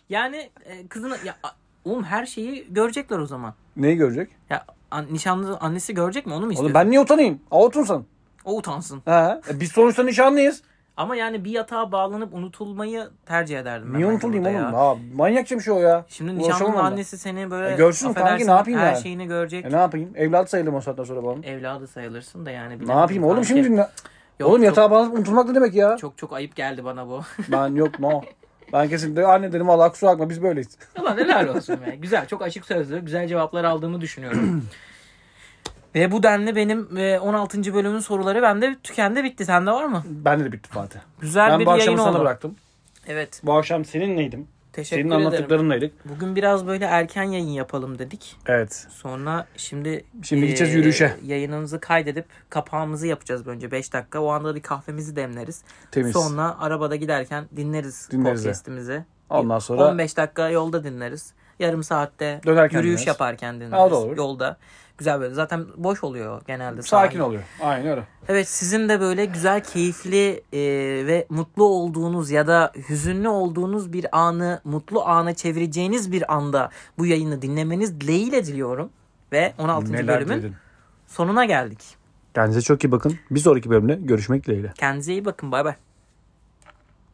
Speaker 2: Yani e, kızını ya a- oğlum her şeyi görecekler o zaman.
Speaker 1: Neyi görecek?
Speaker 2: Ya an, nişanlı annesi görecek mi onu mu istiyorsun?
Speaker 1: Oğlum ben niye utanayım? Avutun
Speaker 2: O utansın.
Speaker 1: Ha. E biz sonuçta nişanlıyız.
Speaker 2: Ama yani bir yatağa bağlanıp unutulmayı tercih ederdim ben.
Speaker 1: Niye
Speaker 2: bence
Speaker 1: unutulayım
Speaker 2: burada
Speaker 1: oğlum?
Speaker 2: ya.
Speaker 1: Ha, manyakça bir şey o ya.
Speaker 2: Şimdi
Speaker 1: Uğraşamam
Speaker 2: nişanlının
Speaker 1: onunla.
Speaker 2: annesi seni böyle
Speaker 1: E görsün kanki, ne
Speaker 2: affedersin,
Speaker 1: yapayım
Speaker 2: her
Speaker 1: yani?
Speaker 2: şeyini görecek.
Speaker 1: E ne yapayım? Evlat sayılım o saatten sonra babam.
Speaker 2: Evladı sayılırsın da yani.
Speaker 1: ne yapayım oğlum
Speaker 2: kanki.
Speaker 1: şimdi? ne-
Speaker 2: Yok,
Speaker 1: oğlum
Speaker 2: çok-
Speaker 1: yatağa bağlanıp unutulmak ne demek ya?
Speaker 2: Çok çok ayıp geldi bana bu.
Speaker 1: Ben yok no. Ben kesinlikle anne dedim valla kusura bakma biz böyleyiz.
Speaker 2: Ulan helal olsun be. Güzel, çok açık sözlü, güzel cevaplar aldığımı düşünüyorum. Ve bu denli benim e, 16. bölümün soruları bende tükendi bitti. Sende var mı?
Speaker 1: Bende de bitti Fatih.
Speaker 2: Güzel
Speaker 1: ben
Speaker 2: bir
Speaker 1: bu
Speaker 2: yayın
Speaker 1: akşamı sana
Speaker 2: oldu.
Speaker 1: bıraktım.
Speaker 2: Evet.
Speaker 1: Bu akşam senin neydim?
Speaker 2: Teşekkür
Speaker 1: Senin
Speaker 2: ederim.
Speaker 1: anlattıklarınlaydık.
Speaker 2: Bugün biraz böyle erken yayın yapalım dedik.
Speaker 1: Evet.
Speaker 2: Sonra şimdi e,
Speaker 1: Şimdi gideceğiz yürüyüşe.
Speaker 2: Yayınımızı kaydedip kapağımızı yapacağız önce 5 dakika. O anda bir kahvemizi demleriz.
Speaker 1: Temiz.
Speaker 2: Sonra arabada giderken dinleriz,
Speaker 1: Dinleriz.
Speaker 2: podcast'imizi.
Speaker 1: Ondan sonra-
Speaker 2: 15 dakika yolda dinleriz. Yarım saatte
Speaker 1: Dönerken
Speaker 2: yürüyüş
Speaker 1: dinleriz.
Speaker 2: yaparken dinleriz.
Speaker 1: Ha, o da olur.
Speaker 2: Yolda. Güzel böyle. Zaten boş oluyor genelde.
Speaker 1: Sakin
Speaker 2: sahil.
Speaker 1: oluyor. Aynen öyle.
Speaker 2: Evet sizin de böyle güzel, keyifli e, ve mutlu olduğunuz ya da hüzünlü olduğunuz bir anı mutlu ana çevireceğiniz bir anda bu yayını dinlemeniz dileğiyle diliyorum. Ve 16. bölümün sonuna geldik.
Speaker 1: Kendinize çok iyi bakın. Bir sonraki bölümde görüşmek dileğiyle.
Speaker 2: Kendinize iyi bakın. Bay bay.